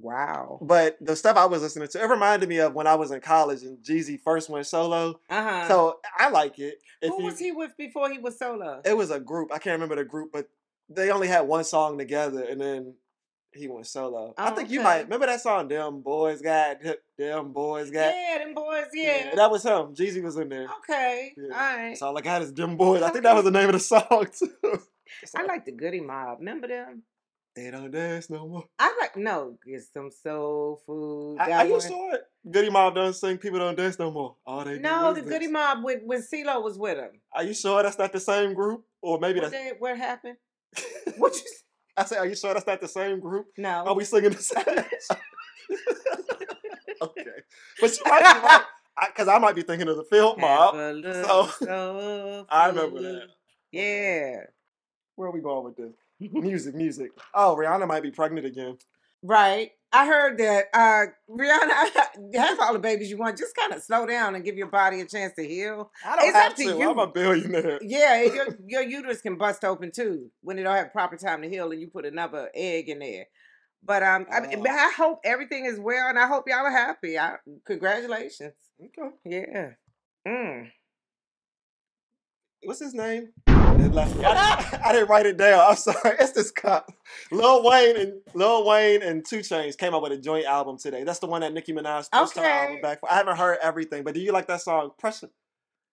[SPEAKER 1] wow.
[SPEAKER 2] But the stuff I was listening to, it reminded me of when I was in college and Jeezy first went solo.
[SPEAKER 1] Uh huh.
[SPEAKER 2] So I like it. If
[SPEAKER 1] who
[SPEAKER 2] you-
[SPEAKER 1] was he with before he was solo?
[SPEAKER 2] It was a group. I can't remember the group, but they only had one song together, and then he went solo. I
[SPEAKER 1] Oh,
[SPEAKER 2] think you
[SPEAKER 1] okay.
[SPEAKER 2] might remember that song. Them boys got hip. Them boys got.
[SPEAKER 1] yeah, them boys. Yeah.
[SPEAKER 2] that was him. Jeezy was in there.
[SPEAKER 1] okay.
[SPEAKER 2] Yeah.
[SPEAKER 1] All right.
[SPEAKER 2] So all I got is them boys. I think that was the name of the song too. It's
[SPEAKER 1] I like the Goody Mob. Remember them?
[SPEAKER 2] They don't dance no more.
[SPEAKER 1] I like no. Get some soul food.
[SPEAKER 2] I,
[SPEAKER 1] that
[SPEAKER 2] are you
[SPEAKER 1] one.
[SPEAKER 2] sure? Goody Mob don't sing. People don't dance no more. All they do
[SPEAKER 1] No,
[SPEAKER 2] is
[SPEAKER 1] the
[SPEAKER 2] dance.
[SPEAKER 1] Goody Mob with when CeeLo was with him.
[SPEAKER 2] Are you sure that's not the same group? Or maybe
[SPEAKER 1] What,
[SPEAKER 2] that's.
[SPEAKER 1] they, what happened? What you? s- Oh,
[SPEAKER 2] I say, are you sure that's not the same group?
[SPEAKER 1] No.
[SPEAKER 2] Are we singing the same? okay, but you might be right because I, might be thinking of the film mob.
[SPEAKER 1] Have a
[SPEAKER 2] so-
[SPEAKER 1] little soul
[SPEAKER 2] I remember that.
[SPEAKER 1] food. Yeah.
[SPEAKER 2] Where are we going with this? Music, music. Oh, Rihanna might be pregnant again.
[SPEAKER 1] Right. I heard that uh Rihanna have all the babies you want. Just kind of slow down and give your body a chance to heal.
[SPEAKER 2] I don't
[SPEAKER 1] It's up
[SPEAKER 2] have
[SPEAKER 1] to
[SPEAKER 2] to.
[SPEAKER 1] you.
[SPEAKER 2] I'm a billionaire.
[SPEAKER 1] Yeah, and your, your uterus can bust open too when it don't have proper time to heal, and you put another egg in there. But um, I, mean,
[SPEAKER 2] Oh.
[SPEAKER 1] but I hope everything is well, and I hope y'all are happy. I, congratulations.
[SPEAKER 2] Okay.
[SPEAKER 1] Yeah. Mm.
[SPEAKER 2] What's his name? It left me. I, I didn't write it down. I'm sorry. It's this cop. Lil Wayne and Lil Wayne and Two Chains came out with a joint album today. That's the one that Nicki Minaj pushed her album
[SPEAKER 1] Okay.
[SPEAKER 2] back for. I haven't heard everything, but do you like that song? Pressure,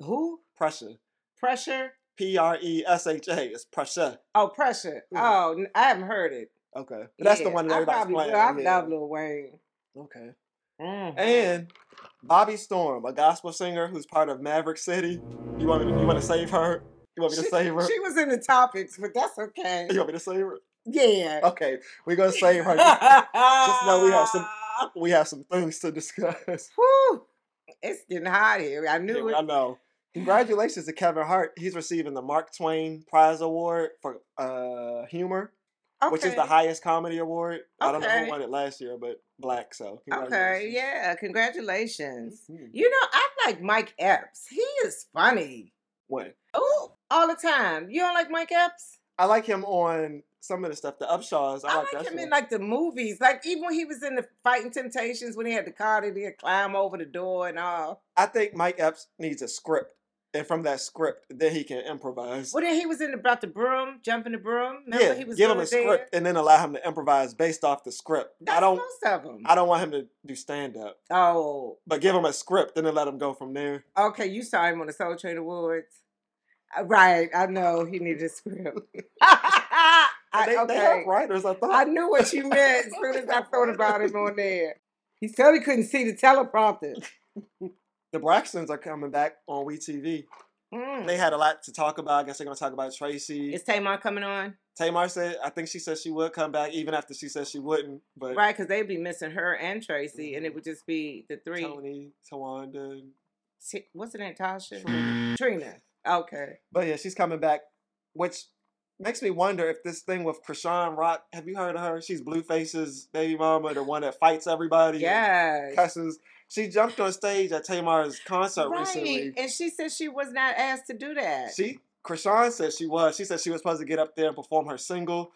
[SPEAKER 1] Who?
[SPEAKER 2] pressure.
[SPEAKER 1] Pressure?
[SPEAKER 2] P R E S H A. It's pressure.
[SPEAKER 1] Oh, pressure.
[SPEAKER 2] Mhm.
[SPEAKER 1] Oh, n- I haven't heard it.
[SPEAKER 2] Okay, but that's the
[SPEAKER 1] Yeah,
[SPEAKER 2] one that
[SPEAKER 1] I
[SPEAKER 2] everybody's
[SPEAKER 1] probably
[SPEAKER 2] playing.
[SPEAKER 1] will. I
[SPEAKER 2] yeah.
[SPEAKER 1] love Lil Wayne.
[SPEAKER 2] Okay.
[SPEAKER 1] Mm.
[SPEAKER 2] And Bobby Storm, a gospel singer who's part of Maverick City. You want me to, you want to save her? You want me to save her?
[SPEAKER 1] She was in the topics, but that's okay.
[SPEAKER 2] You want me to save her?
[SPEAKER 1] Yeah.
[SPEAKER 2] Okay, we're gonna save her. Just-
[SPEAKER 1] just
[SPEAKER 2] know we have some- we have some things to discuss.
[SPEAKER 1] Whew, it's getting hot here. I knew
[SPEAKER 2] I
[SPEAKER 1] it.
[SPEAKER 2] know. Congratulations to Kevin Hart. He's receiving the Mark Twain Prize Award for uh, humor,
[SPEAKER 1] Okay.
[SPEAKER 2] which is the highest comedy award. I don't know
[SPEAKER 1] Okay.
[SPEAKER 2] who won it last year, but black. So
[SPEAKER 1] Okay.
[SPEAKER 2] congratulations.
[SPEAKER 1] Yeah. Congratulations.
[SPEAKER 2] Mhm.
[SPEAKER 1] You know, I like Mike Epps. He is funny.
[SPEAKER 2] What?
[SPEAKER 1] Oh, all the time. You don't like Mike Epps?
[SPEAKER 2] I like him on some of the stuff. The Upshaws. I,
[SPEAKER 1] I
[SPEAKER 2] like,
[SPEAKER 1] like,
[SPEAKER 2] that
[SPEAKER 1] him
[SPEAKER 2] show.
[SPEAKER 1] in like the movies. Like even when he was in the Fighting Temptations, when he had the car that he'd climb over the door and all.
[SPEAKER 2] I think Mike Epps needs a script. and from that script, then he can improvise.
[SPEAKER 1] Well, then he was in about the broom, jumping the broom. Remember
[SPEAKER 2] yeah,
[SPEAKER 1] he was
[SPEAKER 2] give him
[SPEAKER 1] doing
[SPEAKER 2] a script and then allow him to improvise based off the script.
[SPEAKER 1] That's
[SPEAKER 2] I don't,
[SPEAKER 1] most of them.
[SPEAKER 2] I don't want him to do stand up,
[SPEAKER 1] oh,
[SPEAKER 2] but give him a script and then let him go from there.
[SPEAKER 1] okay. You saw him on the Soul Train Awards, Uh, right? I know he needed a script.
[SPEAKER 2] And
[SPEAKER 1] I,
[SPEAKER 2] they, they have
[SPEAKER 1] okay,
[SPEAKER 2] writers, I thought.
[SPEAKER 1] I knew what you meant as soon as I thought about him on there. He totally couldn't see the teleprompter.
[SPEAKER 2] the Braxtons are coming back on WeTV.
[SPEAKER 1] Mm.
[SPEAKER 2] They had a lot to talk about. I guess they're gonna talk about Tracy.
[SPEAKER 1] Is Tamar coming on?
[SPEAKER 2] Tamar said, I think she said she would come back even after she said she wouldn't. But
[SPEAKER 1] Right, because they'd be missing her and Tracy, and it would just be the three.
[SPEAKER 2] Mm-hmm. Tony, Tawanda.
[SPEAKER 1] Ti- What's her name? Tasha? Trina. Okay.
[SPEAKER 2] But yeah, she's coming back, which makes me wonder if this thing with Krishan Rock. Have you heard of her? She's Blueface's baby mama, the one that fights everybody. and
[SPEAKER 1] Yes.
[SPEAKER 2] Cusses. She jumped on stage at Tamar's concert
[SPEAKER 1] right.
[SPEAKER 2] recently.
[SPEAKER 1] And she said she was not asked to do that.
[SPEAKER 2] She Krishan said she was. She said she was supposed to get up there and perform her single.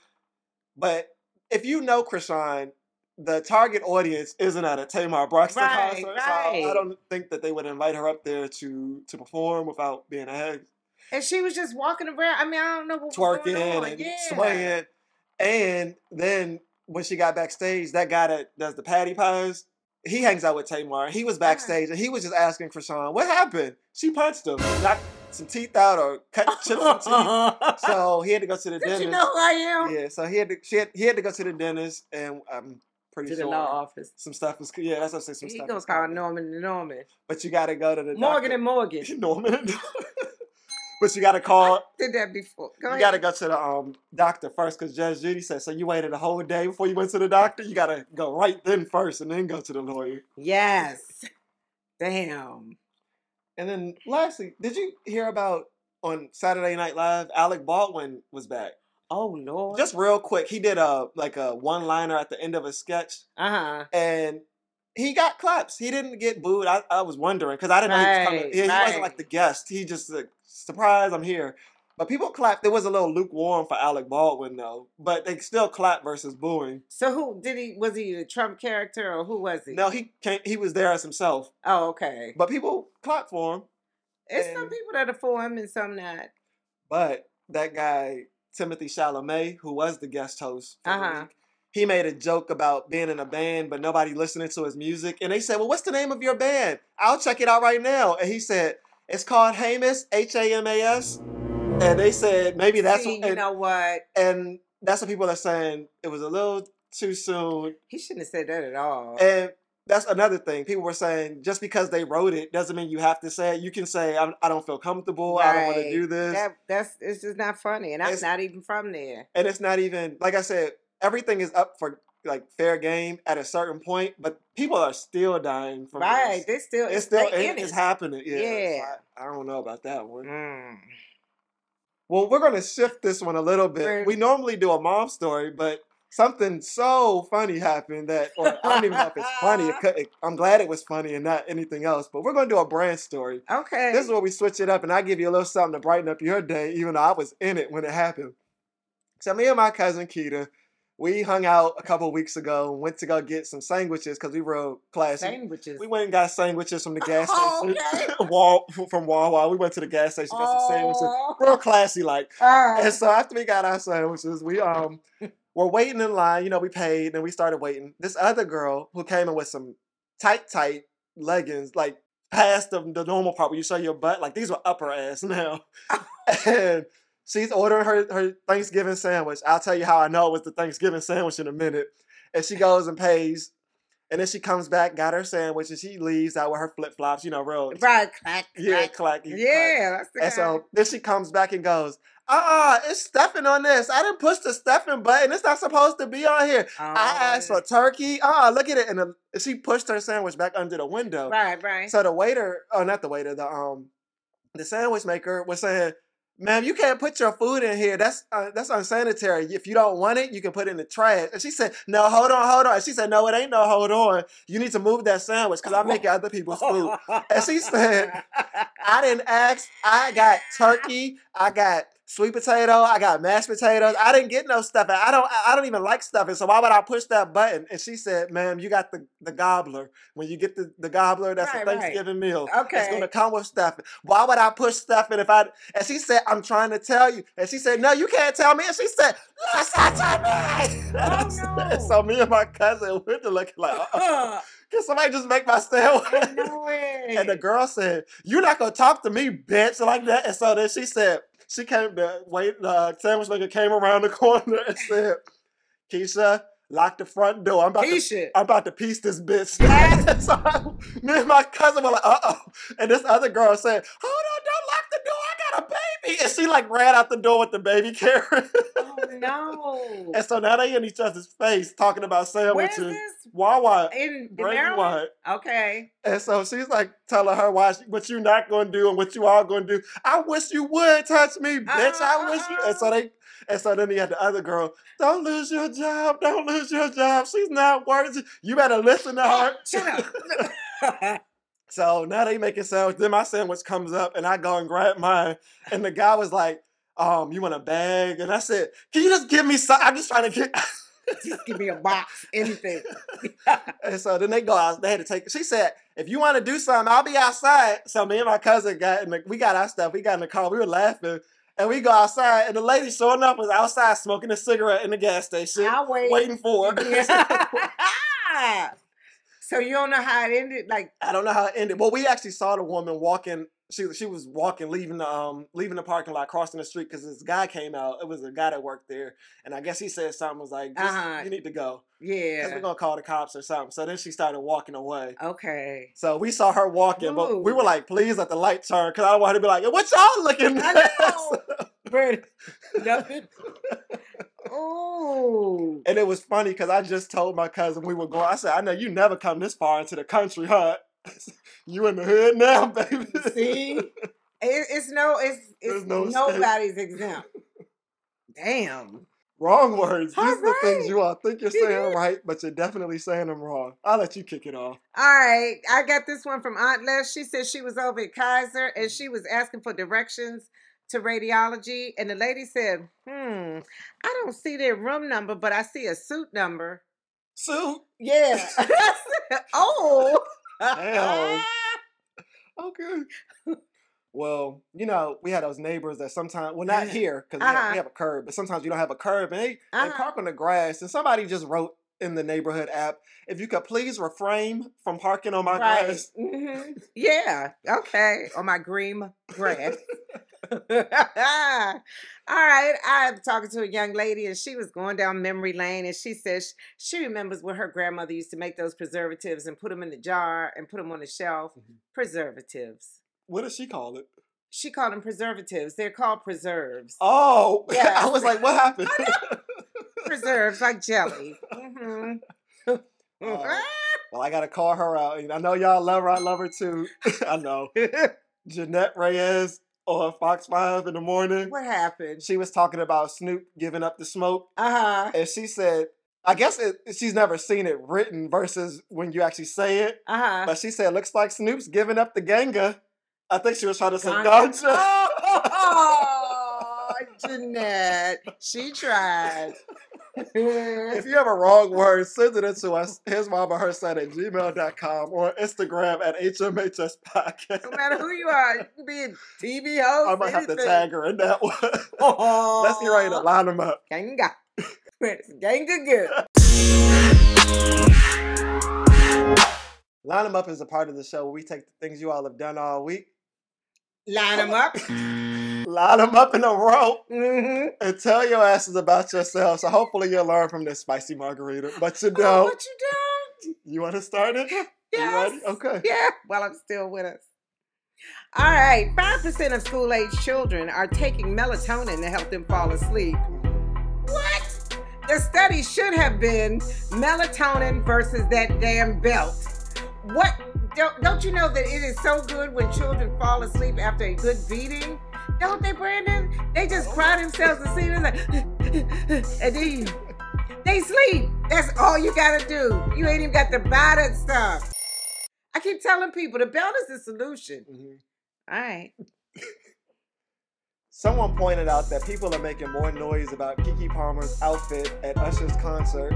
[SPEAKER 2] But if you know Krishan, the target audience isn't at a Tamar Braxton
[SPEAKER 1] Right,
[SPEAKER 2] concert. So
[SPEAKER 1] right.
[SPEAKER 2] I don't think that they would invite her up there to to perform without being ahead,
[SPEAKER 1] and she was just walking around. I mean, I don't know what was
[SPEAKER 2] twerking
[SPEAKER 1] going on.
[SPEAKER 2] and
[SPEAKER 1] yeah.
[SPEAKER 2] swaying. And then when she got backstage, that guy that does the patty pies, he hangs out with Tamar. He was backstage and he was just asking Krishan, what happened? She punched him, knocked some teeth out or cut chipped some teeth. So he had to go to the
[SPEAKER 1] Did
[SPEAKER 2] dentist.
[SPEAKER 1] you know who I am?
[SPEAKER 2] Yeah, so he had to she had, he had to go to the dentist, and I'm pretty
[SPEAKER 1] To the
[SPEAKER 2] sure
[SPEAKER 1] law office.
[SPEAKER 2] some stuff was yeah. That's what I said. Some
[SPEAKER 1] He
[SPEAKER 2] stuff.
[SPEAKER 1] goes
[SPEAKER 2] was
[SPEAKER 1] call
[SPEAKER 2] coming.
[SPEAKER 1] Norman and Norman.
[SPEAKER 2] But you got to go to the
[SPEAKER 1] Morgan
[SPEAKER 2] doctor.
[SPEAKER 1] and Morgan.
[SPEAKER 2] Norman. but you got to call.
[SPEAKER 1] Did that before. Go
[SPEAKER 2] You
[SPEAKER 1] ahead.
[SPEAKER 2] got to go to the um doctor first, because Judge Judy said so. You waited a whole day before you went to the doctor. You got to go right then first, and then go to the lawyer.
[SPEAKER 1] Yes. Damn.
[SPEAKER 2] And then lastly, did you hear about on Saturday Night Live? Alec Baldwin was back.
[SPEAKER 1] Oh Lord.
[SPEAKER 2] Just real quick, he did a like a one liner at the end of a sketch.
[SPEAKER 1] uh-huh.
[SPEAKER 2] and he got claps. He didn't get booed. I, I was wondering because I didn't know he was coming.
[SPEAKER 1] Right,
[SPEAKER 2] He, he wasn't
[SPEAKER 1] right.
[SPEAKER 2] like the guest. He just like surprise, I'm here. But people clapped. It was a little lukewarm for Alec Baldwin though. But they still clapped versus booing.
[SPEAKER 1] So who did he was he a Trump character or who was he?
[SPEAKER 2] No, he came, he was there as himself.
[SPEAKER 1] Oh, okay.
[SPEAKER 2] But people clapped for him.
[SPEAKER 1] It's some
[SPEAKER 2] and-
[SPEAKER 1] people that are for him and some not.
[SPEAKER 2] But that guy Timothy Chalamet, who was the guest host, for the
[SPEAKER 1] Uh-huh.
[SPEAKER 2] week, he made a joke about being in a band but nobody listening to his music, and they said, "Well, what's the name of your band? I'll check it out right now." And he said, "It's called Hamas, H A M A S," and they said, "Maybe that's
[SPEAKER 1] See, you
[SPEAKER 2] what, and,
[SPEAKER 1] know what?
[SPEAKER 2] and that's what people are saying. It was a little too soon,
[SPEAKER 1] He shouldn't have said that at all.
[SPEAKER 2] and." That's another thing. People were saying just because they wrote it doesn't mean you have to say it. You can say, I'm, I don't feel comfortable. I don't want to
[SPEAKER 1] Right.
[SPEAKER 2] do this.
[SPEAKER 1] That that's it's just not funny, and I'm
[SPEAKER 2] It's-
[SPEAKER 1] not even from there.
[SPEAKER 2] and it's not even like I said, everything is up for like fair game at a certain point, but people are still dying from
[SPEAKER 1] Right?
[SPEAKER 2] this.
[SPEAKER 1] They still
[SPEAKER 2] It's still
[SPEAKER 1] they
[SPEAKER 2] it-
[SPEAKER 1] in
[SPEAKER 2] it's
[SPEAKER 1] it.
[SPEAKER 2] happening. Yeah, so
[SPEAKER 1] Yeah.
[SPEAKER 2] I, I don't know about that one.
[SPEAKER 1] Mm.
[SPEAKER 2] Well, we're gonna shift this one a little bit.
[SPEAKER 1] Right.
[SPEAKER 2] We normally do a mom story, but something so funny happened that or I don't even know if it's funny. It, cou- it, I'm glad it was funny and not anything else. But we're gonna do a brand story.
[SPEAKER 1] Okay.
[SPEAKER 2] This is where we switch it up and I give you a little something to brighten up your day, even though I was in it when it happened. So me and my cousin Keita, we hung out a couple weeks ago and went to go get some sandwiches because we were classy.
[SPEAKER 1] sandwiches.
[SPEAKER 2] We went and got sandwiches from the gas
[SPEAKER 1] Oh,
[SPEAKER 2] station.
[SPEAKER 1] okay.
[SPEAKER 2] Wal- from Wawa. We went to the gas station, got some sandwiches.
[SPEAKER 1] Oh,
[SPEAKER 2] Real classy like.
[SPEAKER 1] all
[SPEAKER 2] And
[SPEAKER 1] right.
[SPEAKER 2] so after we got our sandwiches, we um were waiting in line. You know, we paid and we started waiting. This other girl who came in with some tight, tight leggings, like past the, the normal part where you show your butt, like these were upper ass now. and she's ordering her, her Thanksgiving sandwich. I'll tell you how I know it was the Thanksgiving sandwich in a minute. And she goes and pays. And then she comes back, got her sandwich, and she leaves out with her flip flops, you know, real.
[SPEAKER 1] Right. Clack,
[SPEAKER 2] Yeah,
[SPEAKER 1] clack.
[SPEAKER 2] clacky. clacky.
[SPEAKER 1] Yeah. That's the
[SPEAKER 2] And
[SPEAKER 1] kind.
[SPEAKER 2] so then she comes back and goes, uh-uh, it's stuffing on this. I didn't push the stuffing button. It's not supposed to be on here. I asked
[SPEAKER 1] Oh.
[SPEAKER 2] for turkey. Uh-uh, look at it. And the, she pushed her sandwich back under the window.
[SPEAKER 1] Right. Right.
[SPEAKER 2] So the waiter, oh, not the waiter, the um, the sandwich maker was saying, ma'am, you can't put your food in here. That's uh, that's unsanitary. If you don't want it, you can put it in the trash. And she said, no, hold on, hold on. And she said, no, it ain't no hold on. You need to move that sandwich because I'm making other people's
[SPEAKER 1] Oh,
[SPEAKER 2] food. And she said, I didn't ask. I got turkey. I got sweet potato. I got mashed potatoes. I didn't get no stuffing. I don't. I I don't even like stuffing. So why would I push that button?" And she said, "Ma'am, you got the, the gobbler. When you get the, the gobbler, that's
[SPEAKER 1] Right,
[SPEAKER 2] a
[SPEAKER 1] right.
[SPEAKER 2] Thanksgiving meal. It's
[SPEAKER 1] Okay.
[SPEAKER 2] gonna come with stuffing. Why would I push stuffing if I?" And she said, "I'm trying to tell you." And she said, "No, you can't tell me." And she said, "Listen to me."
[SPEAKER 1] Oh, no.
[SPEAKER 2] so me and my cousin went to look like, "Uh-oh. "Can somebody just make my sandwich?"
[SPEAKER 1] no way.
[SPEAKER 2] And the girl said, "You're not gonna talk to me, bitch, like that." And so then she said, she came the wait, the sandwich maker came around the corner and said, "Keisha, lock the front door. I'm about to."
[SPEAKER 1] Keisha.
[SPEAKER 2] I'm about to piece this bitch.
[SPEAKER 1] Yes.
[SPEAKER 2] so I, me and my cousin were like, uh oh. And this other girl said, hold on, don't lock the door. I got a baby. And she like ran out the door with the baby carriage.
[SPEAKER 1] Oh no.
[SPEAKER 2] and so now they in each other's face talking about
[SPEAKER 1] Where's
[SPEAKER 2] sandwiches.
[SPEAKER 1] this?
[SPEAKER 2] Wawa,
[SPEAKER 1] In, in Maryland?
[SPEAKER 2] Brandywine.
[SPEAKER 1] Okay.
[SPEAKER 2] And so she's like telling her why she, what you not gonna do and what you are gonna do. I wish you would touch me, bitch. I wish you. And so they, and so then he had the other girl. Don't lose your job. Don't lose your job. She's not worth it. You better listen to her.
[SPEAKER 1] Shut up.
[SPEAKER 2] So now they making sandwich. Then my sandwich comes up, and I go and grab mine. And the guy was like, "Um, you want a bag?" And I said, "Can you just give me some? I'm just trying to get."
[SPEAKER 1] Just give me a box, anything.
[SPEAKER 2] And so then they go out. They had to take. She said, "If you want to do something, I'll be outside." So me and my cousin got in. The, we got our stuff. We got in the car. We were laughing, and we go outside. And the lady, sure enough, was outside smoking a cigarette in the gas station,
[SPEAKER 1] I'll wait.
[SPEAKER 2] waiting for. her.
[SPEAKER 1] Yeah. so you don't know how it ended? Like,
[SPEAKER 2] I don't know how it ended. Well, we actually saw the woman walking. She she was walking, leaving the um leaving the parking lot, crossing the street because this guy came out. It was a guy that worked there, and I guess he said something was like, "This-
[SPEAKER 1] Uh-huh.
[SPEAKER 2] "You need to go because
[SPEAKER 1] yeah.
[SPEAKER 2] we're gonna call the cops or something." So then she started walking away.
[SPEAKER 1] Okay.
[SPEAKER 2] So we saw her walking, but we
[SPEAKER 1] Ooh.
[SPEAKER 2] were like, please let the light turn, because I don't want her to be like, what y'all looking
[SPEAKER 1] I
[SPEAKER 2] at?
[SPEAKER 1] know. Bird. Nothing. Ooh.
[SPEAKER 2] And it was funny because I just told my cousin we were going. I said, I know you never come this far into the country, huh? you in the hood now, baby.
[SPEAKER 1] See, it, it's no, it's, it's
[SPEAKER 2] There's no escape.
[SPEAKER 1] nobody's exempt. Damn.
[SPEAKER 2] wrong words. These
[SPEAKER 1] All
[SPEAKER 2] are the things
[SPEAKER 1] right.
[SPEAKER 2] you all think you're
[SPEAKER 1] You
[SPEAKER 2] saying
[SPEAKER 1] did.
[SPEAKER 2] right, but you're definitely saying them wrong. I'll let you kick it off.
[SPEAKER 1] All right, I got this one from Aunt Les. She said she was over at Kaiser and she was asking for directions to radiology, and the lady said, "Hmm, I don't see their room number, but I see a suit number."
[SPEAKER 2] Sue.
[SPEAKER 1] Yeah. oh.
[SPEAKER 2] Damn. Okay. Well, you know, we had those neighbors that sometimes, well, not
[SPEAKER 1] Yeah.
[SPEAKER 2] here because we, have-
[SPEAKER 1] Uh-huh.
[SPEAKER 2] we have a curb, but sometimes you don't have a curb and they and
[SPEAKER 1] Uh-huh.
[SPEAKER 2] park on the grass. And somebody just wrote in the neighborhood app, if you could please refrain from parking on my
[SPEAKER 1] Right.
[SPEAKER 2] grass.
[SPEAKER 1] hmm Yeah. Okay. On my green grass. All right. I'm talking to a young lady, and she was going down memory lane, and she says she remembers when her grandmother used to make those preservatives and put them in the jar and put them on the shelf.
[SPEAKER 2] Mhm.
[SPEAKER 1] Preservatives.
[SPEAKER 2] What does she call it?
[SPEAKER 1] She called them preservatives. They're called preserves.
[SPEAKER 2] Oh, I
[SPEAKER 1] Yes.
[SPEAKER 2] was like, what happened?
[SPEAKER 1] Preserves like jelly. hmm
[SPEAKER 2] Oh. well, I got to call her out. And I know y'all love her. I love her too. I know. Jeanette Reyes on Fox 5 in the morning.
[SPEAKER 1] what happened?
[SPEAKER 2] She was talking about Snoop giving up the smoke.
[SPEAKER 1] Uh huh.
[SPEAKER 2] and she said, I guess it, she's never seen it written versus when you actually say it.
[SPEAKER 1] Uh huh.
[SPEAKER 2] But she said, looks like Snoop's giving up the ganga. I think she was trying to say
[SPEAKER 1] Ganga.
[SPEAKER 2] ganja.
[SPEAKER 1] Oh, Jeanette. She tried.
[SPEAKER 2] If you have a wrong word, send it in to us. His mom or her son at gmail.com or Instagram at HMHS
[SPEAKER 1] No
[SPEAKER 2] Podcast.
[SPEAKER 1] matter who you are, you can be a TV host.
[SPEAKER 2] I might have to
[SPEAKER 1] anything.
[SPEAKER 2] tag her in that one.
[SPEAKER 1] Oh,
[SPEAKER 2] Let's get ready to line them up.
[SPEAKER 1] Ganga. It's Ganga good.
[SPEAKER 2] Line them up is a part of the show where we take the things you all have done all week,
[SPEAKER 1] Line them up.
[SPEAKER 2] line them up in a row,
[SPEAKER 1] Mm-hmm.
[SPEAKER 2] and tell your asses about yourself. So hopefully you'll learn from this spicy margarita. But you
[SPEAKER 1] Oh,
[SPEAKER 2] don't.
[SPEAKER 1] what you
[SPEAKER 2] You want to start it? You
[SPEAKER 1] doing? Yes.
[SPEAKER 2] ready? Okay.
[SPEAKER 1] Yeah, while I'm still with us. All right, 5% of school age children are taking melatonin to help them fall asleep. What? The study should have been melatonin versus that damn belt. What? Don't, don't you know that it is so good when children fall asleep after a good beating? Don't they, Brandon? They
[SPEAKER 2] Oh
[SPEAKER 1] just cry themselves to sleep and like, and then you- they sleep. That's all you gotta do. You ain't even got to buy that stuff. I keep telling people the belt is the solution.
[SPEAKER 2] Mhm.
[SPEAKER 1] All right.
[SPEAKER 2] Someone pointed out that people are making more noise about Kiki Palmer's outfit at Usher's concert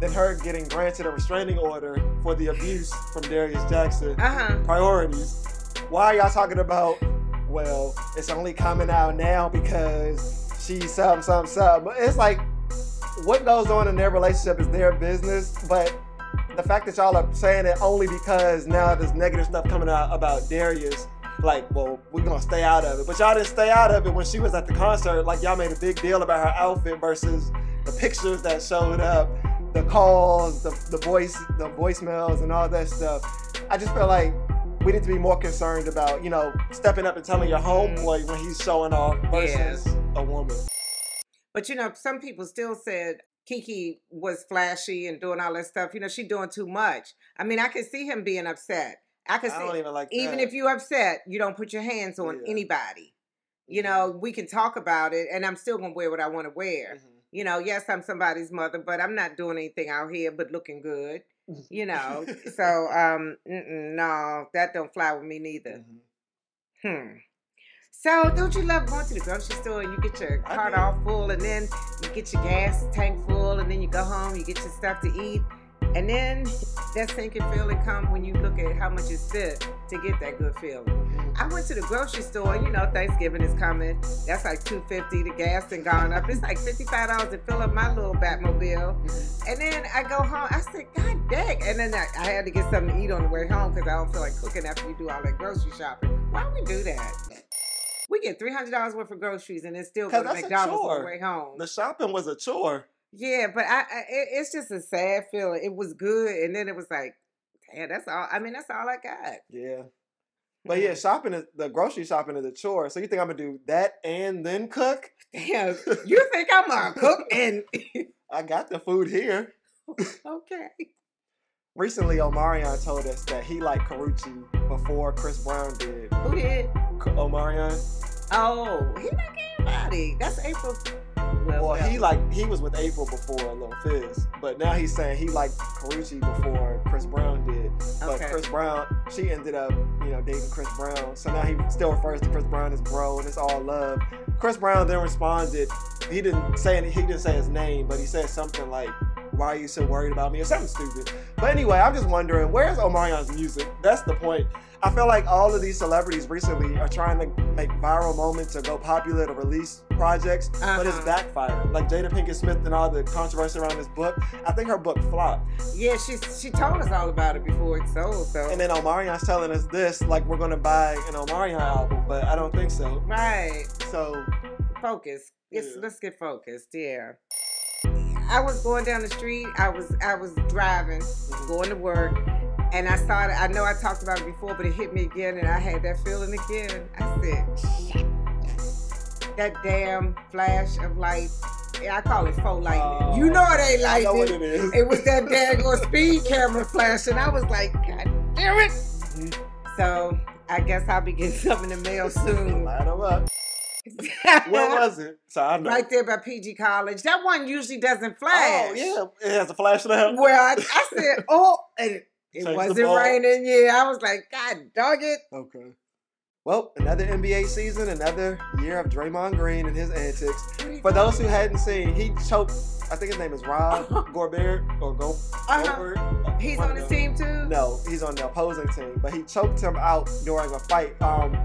[SPEAKER 2] than her getting granted a restraining order for the abuse from Darius Jackson.
[SPEAKER 1] Uh huh.
[SPEAKER 2] Priorities. Why are y'all talking about? Well, it's only coming out now because she's something, something, something. But it's like, what goes on in their relationship is their business. But the fact that y'all are saying it only because now there's negative stuff coming out about Darius. Like, well, we're gonna stay out of it. But y'all didn't stay out of it when she was at the concert. Like, y'all made a big deal about her outfit versus the pictures that showed up, the calls, the, the voice, the voicemails, and all that stuff. I just feel like we need to be more concerned about, you know, stepping up and telling your homeboy when he's showing off versus a woman.
[SPEAKER 1] But you know, some people still said Kiki was flashy and doing all that stuff. You know, she doing too much. I mean, I can see him being upset. I can
[SPEAKER 2] I don't
[SPEAKER 1] see
[SPEAKER 2] even like
[SPEAKER 1] even
[SPEAKER 2] that.
[SPEAKER 1] if you upset, you don't put your hands on
[SPEAKER 2] Yeah. Mm-hmm.
[SPEAKER 1] anybody. You know, we can talk about it, and I'm still gonna wear what I want to wear.
[SPEAKER 2] Mhm.
[SPEAKER 1] You know, yes, I'm somebody's mother, but I'm not doing anything out here but looking good. You know, so um, mm-mm, no, that don't fly with me neither.
[SPEAKER 2] Mhm.
[SPEAKER 1] Hmm. So don't you love going to the grocery store and you get your
[SPEAKER 2] I
[SPEAKER 1] cart
[SPEAKER 2] do.
[SPEAKER 1] all full and then you get your gas tank full and then you go home, you get your stuff to eat. And then that sinking feeling come when you look at how much it stood to get that good feeling.
[SPEAKER 2] Mhm.
[SPEAKER 1] I went to the grocery store, you know, Thanksgiving is coming. That's like two fifty. The gas and gone up. It's like fifty five dollars to fill up my little Batmobile.
[SPEAKER 2] Mm-hmm.
[SPEAKER 1] And then I go home. I said, God dang. And then I, I had to get something to eat on the way home because I don't feel like cooking after you do all that grocery shopping. Why we do that? We get three hundred dollars worth of groceries and then still go
[SPEAKER 2] 'Cause
[SPEAKER 1] to
[SPEAKER 2] that's a
[SPEAKER 1] McDonald's on the
[SPEAKER 2] chore.
[SPEAKER 1] way home.
[SPEAKER 2] The shopping was a chore.
[SPEAKER 1] Yeah, but I, I it, it's just a sad feeling. It was good, and then it was like, damn, that's all. I mean, that's all I got.
[SPEAKER 2] Yeah. But
[SPEAKER 1] Mm-hmm.
[SPEAKER 2] yeah, shopping is the grocery shopping is a chore. So you think I'm gonna do that and then cook?
[SPEAKER 1] damn, you think I'm a cook? And
[SPEAKER 2] I got the food here.
[SPEAKER 1] okay,
[SPEAKER 2] Recently, Omarion told us that he liked Carucci before Chris Brown did.
[SPEAKER 1] who did?
[SPEAKER 2] K- Omarion,
[SPEAKER 1] Oh, he not anybody. That's April. no.
[SPEAKER 2] well, he like he was with April before Lil Fizz, but now he's saying he liked Carucci before Chris Brown did. But
[SPEAKER 1] okay.
[SPEAKER 2] Chris Brown, she ended up, you know, dating Chris Brown. So now he still refers to Chris Brown as bro, and it's all love. Chris Brown then responded. He didn't say any, he didn't say his name, but he said something like, "Why are you so worried about me?" or something stupid. But anyway, I'm just wondering where's Omarion's music. That's the point. I feel like all of these celebrities recently are trying to make viral moments or go popular to release projects, but it's
[SPEAKER 1] Uh-huh.
[SPEAKER 2] backfiring. Like Jada Pinkett Smith and all the controversy around this book. I think her book flopped.
[SPEAKER 1] Yeah, she she told us all about it before it sold. So
[SPEAKER 2] And then Omarion's telling us this, like we're gonna buy an Omarion album, but I don't think so.
[SPEAKER 1] right,
[SPEAKER 2] So
[SPEAKER 1] focus. It's,
[SPEAKER 2] Yeah.
[SPEAKER 1] Let's get focused. Yeah. I was going down the street. I was I was driving. going to work and I saw it. I know I talked about it before, but it hit me again and I had that feeling again. I said, "Shit." that damn flash of light. Yeah, I call it faux lightning.
[SPEAKER 2] Oh,
[SPEAKER 1] you know it ain't
[SPEAKER 2] I know what
[SPEAKER 1] lightning.
[SPEAKER 2] it is.
[SPEAKER 1] It was that daggone speed camera flash and I was like, God damn it.
[SPEAKER 2] Mm-hmm.
[SPEAKER 1] So I guess I'll be getting something in the mail soon.
[SPEAKER 2] Light 'em up. What was it? So I know.
[SPEAKER 1] right there by PG College. That one usually doesn't flash.
[SPEAKER 2] oh yeah, it has a flash now.
[SPEAKER 1] Well, I, I said, oh, and it
[SPEAKER 2] Change the
[SPEAKER 1] wasn't
[SPEAKER 2] bulb.
[SPEAKER 1] raining. Yeah, I was like, God dog it.
[SPEAKER 2] Okay. Well, another NBA season, another year of Draymond Green and his antics.
[SPEAKER 1] What do you-
[SPEAKER 2] For those who hadn't seen, he choked. I think his name is Rob Gorbert or Go.
[SPEAKER 1] Uh-huh.
[SPEAKER 2] Gobert. uh,
[SPEAKER 1] He's
[SPEAKER 2] One
[SPEAKER 1] on
[SPEAKER 2] of
[SPEAKER 1] his team
[SPEAKER 2] them.
[SPEAKER 1] too.
[SPEAKER 2] No, he's on the opposing team, but he choked him out during a fight. Um,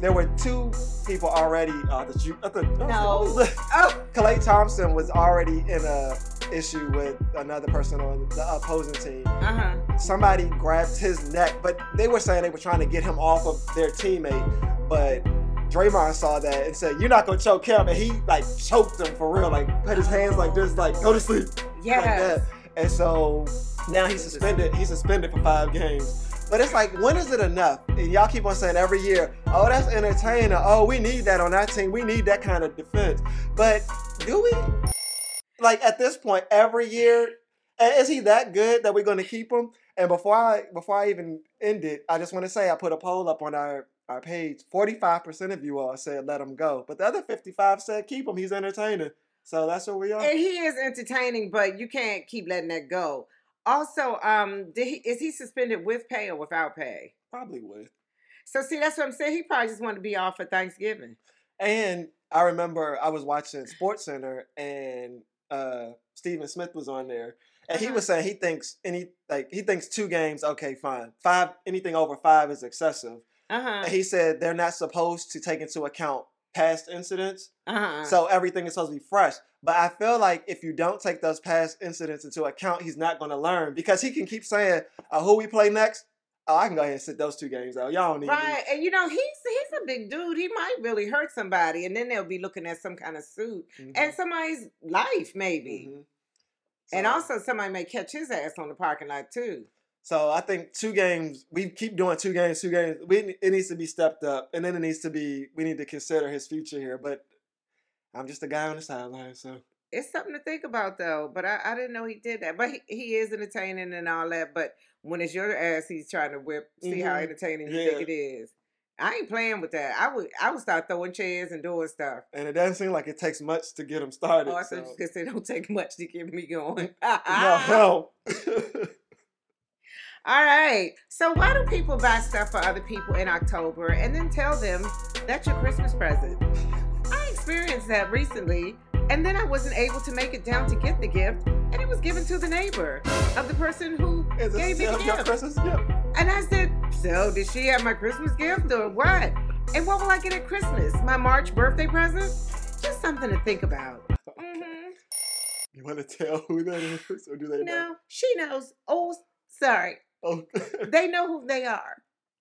[SPEAKER 2] there were two people already. Uh, the Ju- uh, the,
[SPEAKER 1] No. Oh,
[SPEAKER 2] Clay Thompson was already in a issue with another person on the opposing team.
[SPEAKER 1] uh huh.
[SPEAKER 2] Somebody grabbed his neck, but they were saying they were trying to get him off of their teammate, but. Draymond saw that and said, "You're not gonna choke him," and he like choked him for real, like put his hands like this, like go to sleep like
[SPEAKER 1] Yeah.
[SPEAKER 2] that. And so now he's suspended. He's suspended for five games. But it's like, when is it enough? And y'all keep on saying every year, oh, that's entertaining. Oh, we need that on our team. We need that kind of defense. But do we? Like at this point, every year, and is he that good that we're going to keep him? And before I before I even end it, I just want to say I put a poll up on our our page. Forty five percent of you all said let him go, but the other fifty five said keep him. He's entertaining. So that's where we are.
[SPEAKER 1] And he is entertaining, but you can't keep letting that go. Also, um, did he, is he suspended with pay or without pay?
[SPEAKER 2] Probably would.
[SPEAKER 1] So see, that's what I'm saying. He probably just wanted to be off for Thanksgiving.
[SPEAKER 2] And I remember I was watching Sports Center and uh, Stephen Smith was on there, and he
[SPEAKER 1] Uh-huh.
[SPEAKER 2] was saying he thinks any like he thinks two games okay fine five anything over five is excessive.
[SPEAKER 1] Uh
[SPEAKER 2] And
[SPEAKER 1] huh.
[SPEAKER 2] he said they're not supposed to take into account past incidents,
[SPEAKER 1] Uh huh.
[SPEAKER 2] so everything is supposed to be fresh. But I feel like if you don't take those past incidents into account, he's not going to learn because he can keep saying uh, who we play next. Oh, I can go ahead and sit those two games out. Y'all don't need me.
[SPEAKER 1] Right, and you know he's he's a big dude. He might really hurt somebody, and then they'll be looking at some kind of suit
[SPEAKER 2] Mhm,
[SPEAKER 1] and somebody's life, maybe,
[SPEAKER 2] mhm.
[SPEAKER 1] and
[SPEAKER 2] So-
[SPEAKER 1] also somebody may catch his ass on the parking lot too.
[SPEAKER 2] So I think two games. We keep doing two games, two games. We it needs to be stepped up, and then it needs to be. We need to consider his future here. But I'm just a guy on the sideline, so
[SPEAKER 1] It's something to think about though. But I, I didn't know he did that. But he, he is entertaining and all that. But when it's your ass, he's trying to whip. See how
[SPEAKER 2] Mhm.
[SPEAKER 1] entertaining you think
[SPEAKER 2] Yeah.
[SPEAKER 1] it is. I ain't playing with that. I would I would start throwing chairs and doing stuff.
[SPEAKER 2] and it doesn't seem like it takes much to get him started.
[SPEAKER 1] Oh, I
[SPEAKER 2] so.
[SPEAKER 1] said because it don't take much to get me going. Ah!
[SPEAKER 2] No, no.
[SPEAKER 1] All right. So why do people buy stuff for other people in October and then tell them that's your Christmas present? I experienced that recently, and then I wasn't able to make it down to get the gift, and it was given to the neighbor of the person who
[SPEAKER 2] Is it
[SPEAKER 1] gave me
[SPEAKER 2] still
[SPEAKER 1] the
[SPEAKER 2] your
[SPEAKER 1] gift.
[SPEAKER 2] Christmas gift?
[SPEAKER 1] And I said, So did she have my Christmas gift or what? And what will I get at Christmas? My March birthday present? Just something to think about. hmm
[SPEAKER 2] You want to tell who that is, or do they know?
[SPEAKER 1] No, she knows. Oh, sorry.
[SPEAKER 2] Oh.
[SPEAKER 1] They know who they are.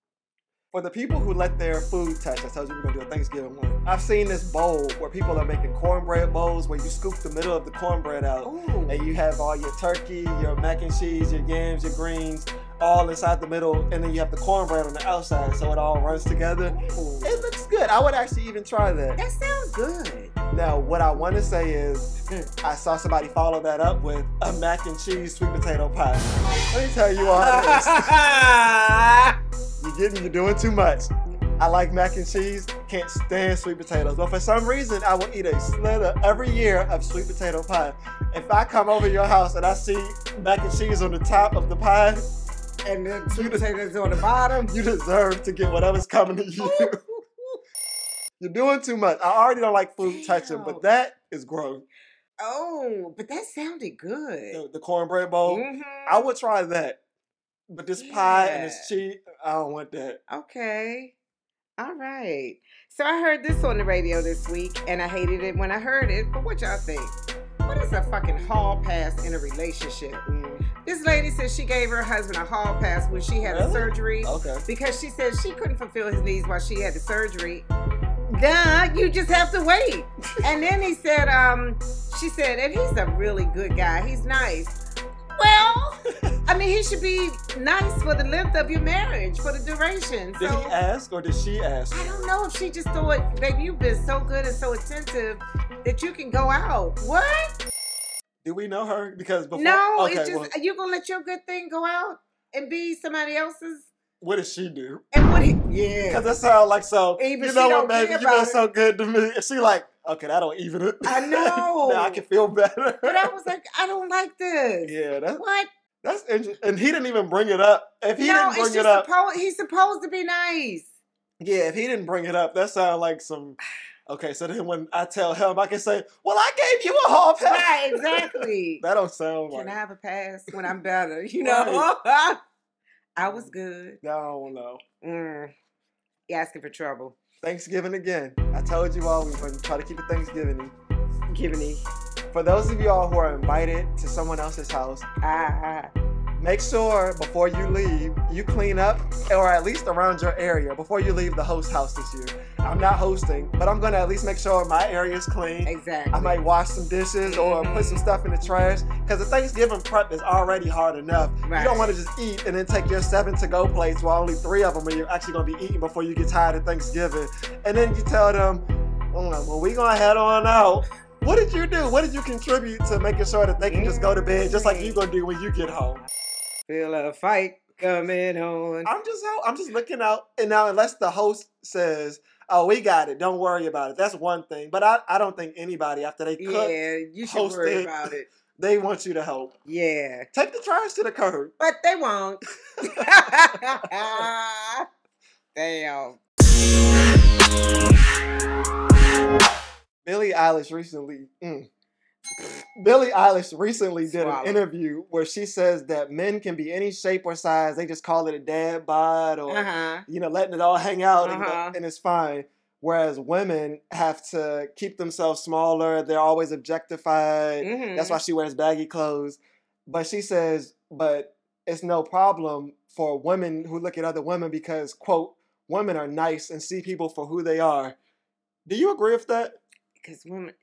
[SPEAKER 2] For the people who let their food touch, I told you we're gonna do a Thanksgiving one. I've seen this bowl where people are making cornbread bowls where you scoop the middle of the cornbread out.
[SPEAKER 1] Oh.
[SPEAKER 2] and you have all your turkey, your mac and cheese, your yams, your greens, all inside the middle, and then you have the cornbread on the outside, so it all runs together. It looks good. I would actually even try that.
[SPEAKER 1] That sounds good.
[SPEAKER 2] Now, what I want to say is, I saw somebody follow that up with a mac and cheese sweet potato pie. Let me tell you all this. You're getting, you're doing too much. I like mac and cheese, can't stand sweet potatoes, but for some reason, I will eat a slither every year of sweet potato pie. If I come over to your house and I see mac and cheese on the top of the pie,
[SPEAKER 1] and then sweet potatoes on the bottom.
[SPEAKER 2] you deserve to get whatever's coming to you.
[SPEAKER 1] Oh.
[SPEAKER 2] You're doing too much. I already don't like food touching,
[SPEAKER 1] Damn.
[SPEAKER 2] but that is gross.
[SPEAKER 1] oh, but that sounded good. Mm-hmm,
[SPEAKER 2] The, the cornbread bowl,
[SPEAKER 1] Mm.
[SPEAKER 2] I would try that. But this pie and this cheese, I don't want that.
[SPEAKER 1] Okay. All right. So I heard this on the radio this week, and I hated it when I heard it. But what y'all think? What is a fucking hall pass in a relationship? This lady says she gave her husband a hall pass when she had a
[SPEAKER 2] Really?
[SPEAKER 1] surgery
[SPEAKER 2] Okay.
[SPEAKER 1] because she said she couldn't fulfill his needs while she had the surgery. Duh, you just have to wait. and then he said, um, she said, and he's a really good guy. He's nice. Well, I mean, he should be nice for the length of your marriage, for the duration.
[SPEAKER 2] Did he
[SPEAKER 1] So
[SPEAKER 2] ask or did she ask?
[SPEAKER 1] I don't know if she just thought, baby, you've been so good and so attentive that you can go out. What?
[SPEAKER 2] Do we know her? Because before,
[SPEAKER 1] no,
[SPEAKER 2] okay,
[SPEAKER 1] it's just
[SPEAKER 2] well,
[SPEAKER 1] you gonna let your good thing go out and be somebody else's.
[SPEAKER 2] what did she do?
[SPEAKER 1] And what? He, yeah.
[SPEAKER 2] Because that sounds like so.
[SPEAKER 1] Even
[SPEAKER 2] you
[SPEAKER 1] she
[SPEAKER 2] know
[SPEAKER 1] don't
[SPEAKER 2] what, baby?
[SPEAKER 1] care
[SPEAKER 2] You've
[SPEAKER 1] about
[SPEAKER 2] been
[SPEAKER 1] it.
[SPEAKER 2] so good to me. And she like, okay, that don't even it.
[SPEAKER 1] I know.
[SPEAKER 2] now I can feel better.
[SPEAKER 1] But I was like, I don't like this.
[SPEAKER 2] yeah, that's
[SPEAKER 1] What?
[SPEAKER 2] that's interesting. And he didn't even bring it up. If he
[SPEAKER 1] no,
[SPEAKER 2] didn't
[SPEAKER 1] it's
[SPEAKER 2] bring it
[SPEAKER 1] just
[SPEAKER 2] up,
[SPEAKER 1] supposed. He's supposed to be nice.
[SPEAKER 2] yeah, if he didn't bring it up, that sounds like some. Okay, so then when I tell him, I can say, "Well, I gave you a hall pass."
[SPEAKER 1] Right, exactly.
[SPEAKER 2] That don't sound like.
[SPEAKER 1] Can I have a pass when I'm better? You know, I
[SPEAKER 2] Mm-hmm.
[SPEAKER 1] was good.
[SPEAKER 2] No, no.
[SPEAKER 1] Mm. You asking for trouble,
[SPEAKER 2] Thanksgiving again. I told you all we were gonna try to keep it Thanksgiving.
[SPEAKER 1] Givney?
[SPEAKER 2] For those of you all who are invited to someone else's house,
[SPEAKER 1] Ah, ah.
[SPEAKER 2] Make sure before you leave, you clean up, or at least around your area before you leave the host house this year. I'm not hosting, but I'm gonna at least make sure my area is clean.
[SPEAKER 1] exactly.
[SPEAKER 2] I might wash some dishes or put some stuff in the trash because the Thanksgiving prep is already hard enough. You
[SPEAKER 1] Right.
[SPEAKER 2] don't want to just eat and then take your seven to go plates while only three of them are you're actually gonna be eating before you get tired of Thanksgiving. And then you tell them, "Mm, well, we gonna head on out. What did you do? What did you contribute to making sure that they can just go to bed just like you gonna do when you get home?
[SPEAKER 1] feel a fight coming on.
[SPEAKER 2] I'm just out. I'm just looking out. And now, unless the host says, "Oh, we got it. Don't worry about it," that's one thing. But I, I don't think anybody after they cook,
[SPEAKER 1] yeah, you should
[SPEAKER 2] host
[SPEAKER 1] worry
[SPEAKER 2] it.
[SPEAKER 1] about it.
[SPEAKER 2] they want you to help.
[SPEAKER 1] Yeah,
[SPEAKER 2] Take the trash to the curb.
[SPEAKER 1] but they won't. Damn.
[SPEAKER 2] Eilish recently. Mm. Billie Eilish recently did
[SPEAKER 1] Swallow.
[SPEAKER 2] an interview where she says that men can be any shape or size. They just call it a dad bod or
[SPEAKER 1] Uh-huh.
[SPEAKER 2] you know letting it all hang out and,
[SPEAKER 1] Uh-huh.
[SPEAKER 2] and it's fine. Whereas women have to keep themselves smaller. They're always objectified.
[SPEAKER 1] Mhm.
[SPEAKER 2] That's why she wears baggy clothes. But she says, but it's no problem for women who look at other women because, quote, women are nice and see people for who they are. Do you agree with that?
[SPEAKER 1] because women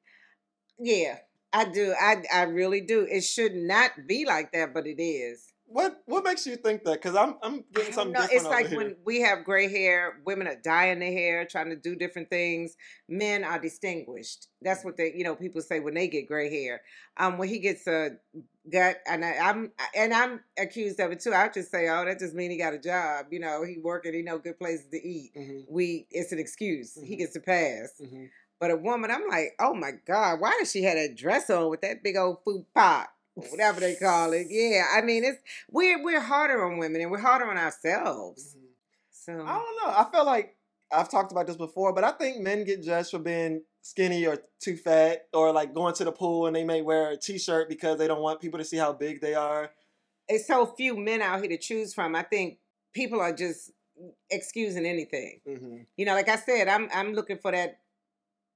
[SPEAKER 1] yeah i do i i really do it should not be like that but it is
[SPEAKER 2] What what makes you think that? Because I'm I'm
[SPEAKER 1] I
[SPEAKER 2] getting
[SPEAKER 1] don't
[SPEAKER 2] something
[SPEAKER 1] know.
[SPEAKER 2] different
[SPEAKER 1] it's
[SPEAKER 2] over
[SPEAKER 1] like
[SPEAKER 2] here.
[SPEAKER 1] when we have gray hair women are dyeing their hair trying to do different things men are distinguished that's what they you know people say when they get gray hair um when he gets a gut and I, i'm and i'm accused of it too i just say oh that just mean he got a job you know he working he know good places to eat
[SPEAKER 2] Mhm,
[SPEAKER 1] we it's an excuse he
[SPEAKER 2] Mhm.
[SPEAKER 1] gets a pass
[SPEAKER 2] mhm.
[SPEAKER 1] But a woman, I'm like, oh my God, why does she have that dress on with that big old food pop? Whatever they call it. Yeah. I mean, it's we're we're harder on women and we're harder on ourselves.
[SPEAKER 2] Mhm.
[SPEAKER 1] So
[SPEAKER 2] I don't know. I feel like I've talked about this before, but I think men get judged for being skinny or too fat or like going to the pool and they may wear a t-shirt because they don't want people to see how big they are.
[SPEAKER 1] it's so few men out here to choose from. I think people are just excusing anything.
[SPEAKER 2] hmm
[SPEAKER 1] You know, like I said, I'm I'm looking for that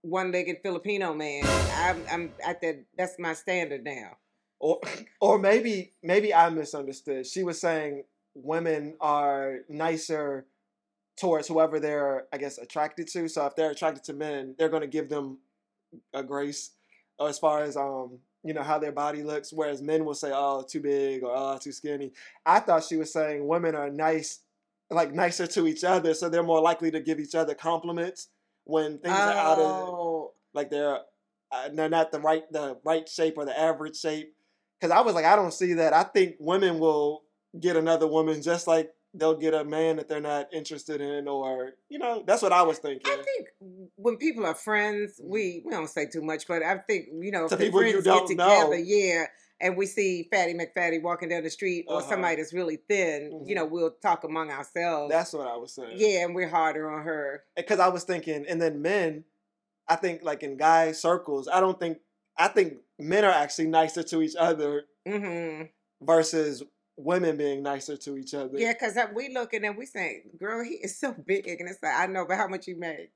[SPEAKER 1] one legged Filipino man. I'm I'm at that that's my standard now.
[SPEAKER 2] or or maybe maybe I misunderstood. She was saying women are nicer towards whoever they're I guess attracted to. So if they're attracted to men, they're going to give them a grace or as far as um you know how their body looks whereas men will say oh too big or oh too skinny. I thought she was saying women are nice like nicer to each other so they're more likely to give each other compliments when things are out of
[SPEAKER 1] Oh,
[SPEAKER 2] like they're uh, they're not the right the right shape or the average shape. Because I was like, I don't see that. I think women will get another woman just like they'll get a man that they're not interested in, or you know, that's what I was thinking.
[SPEAKER 1] I think when people are friends, we we don't say too much, but I think you know,
[SPEAKER 2] To
[SPEAKER 1] if the
[SPEAKER 2] Mm-hmm. people you
[SPEAKER 1] friends
[SPEAKER 2] don't
[SPEAKER 1] get together,
[SPEAKER 2] know.
[SPEAKER 1] yeah, and we see Fatty McFatty walking down the street or
[SPEAKER 2] Uh-huh. Mm-hmm.
[SPEAKER 1] somebody that's really thin, you know, we'll talk among ourselves.
[SPEAKER 2] that's what I was saying.
[SPEAKER 1] yeah, and we're harder on her.
[SPEAKER 2] because I was thinking, and then men, I think like in guy circles, I don't think I think men are actually nicer to each other
[SPEAKER 1] Mm-hmm.
[SPEAKER 2] versus women being nicer to each other.
[SPEAKER 1] Yeah, because we looking and we saying, "Girl, he is so big," and it's like, "I know, but how much you make?"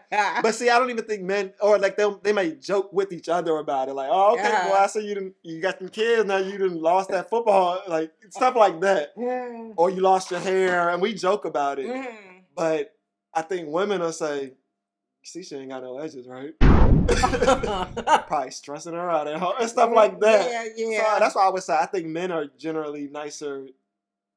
[SPEAKER 2] But see, I don't even think men or like they they may joke with each other about it, like, "Oh, okay,
[SPEAKER 1] Uh-huh.
[SPEAKER 2] boy, I see you didn't, you got them kids now, you didn't lost that football, like stuff like that,
[SPEAKER 1] Mhm.
[SPEAKER 2] or you lost your hair," and we joke about it.
[SPEAKER 1] Mm-hmm.
[SPEAKER 2] But I think women will say, "See, she ain't got no edges, right?" Probably stressing her out at home and stuff like that.
[SPEAKER 1] Yeah,
[SPEAKER 2] So
[SPEAKER 1] yeah.
[SPEAKER 2] that's why I would say I think men are generally nicer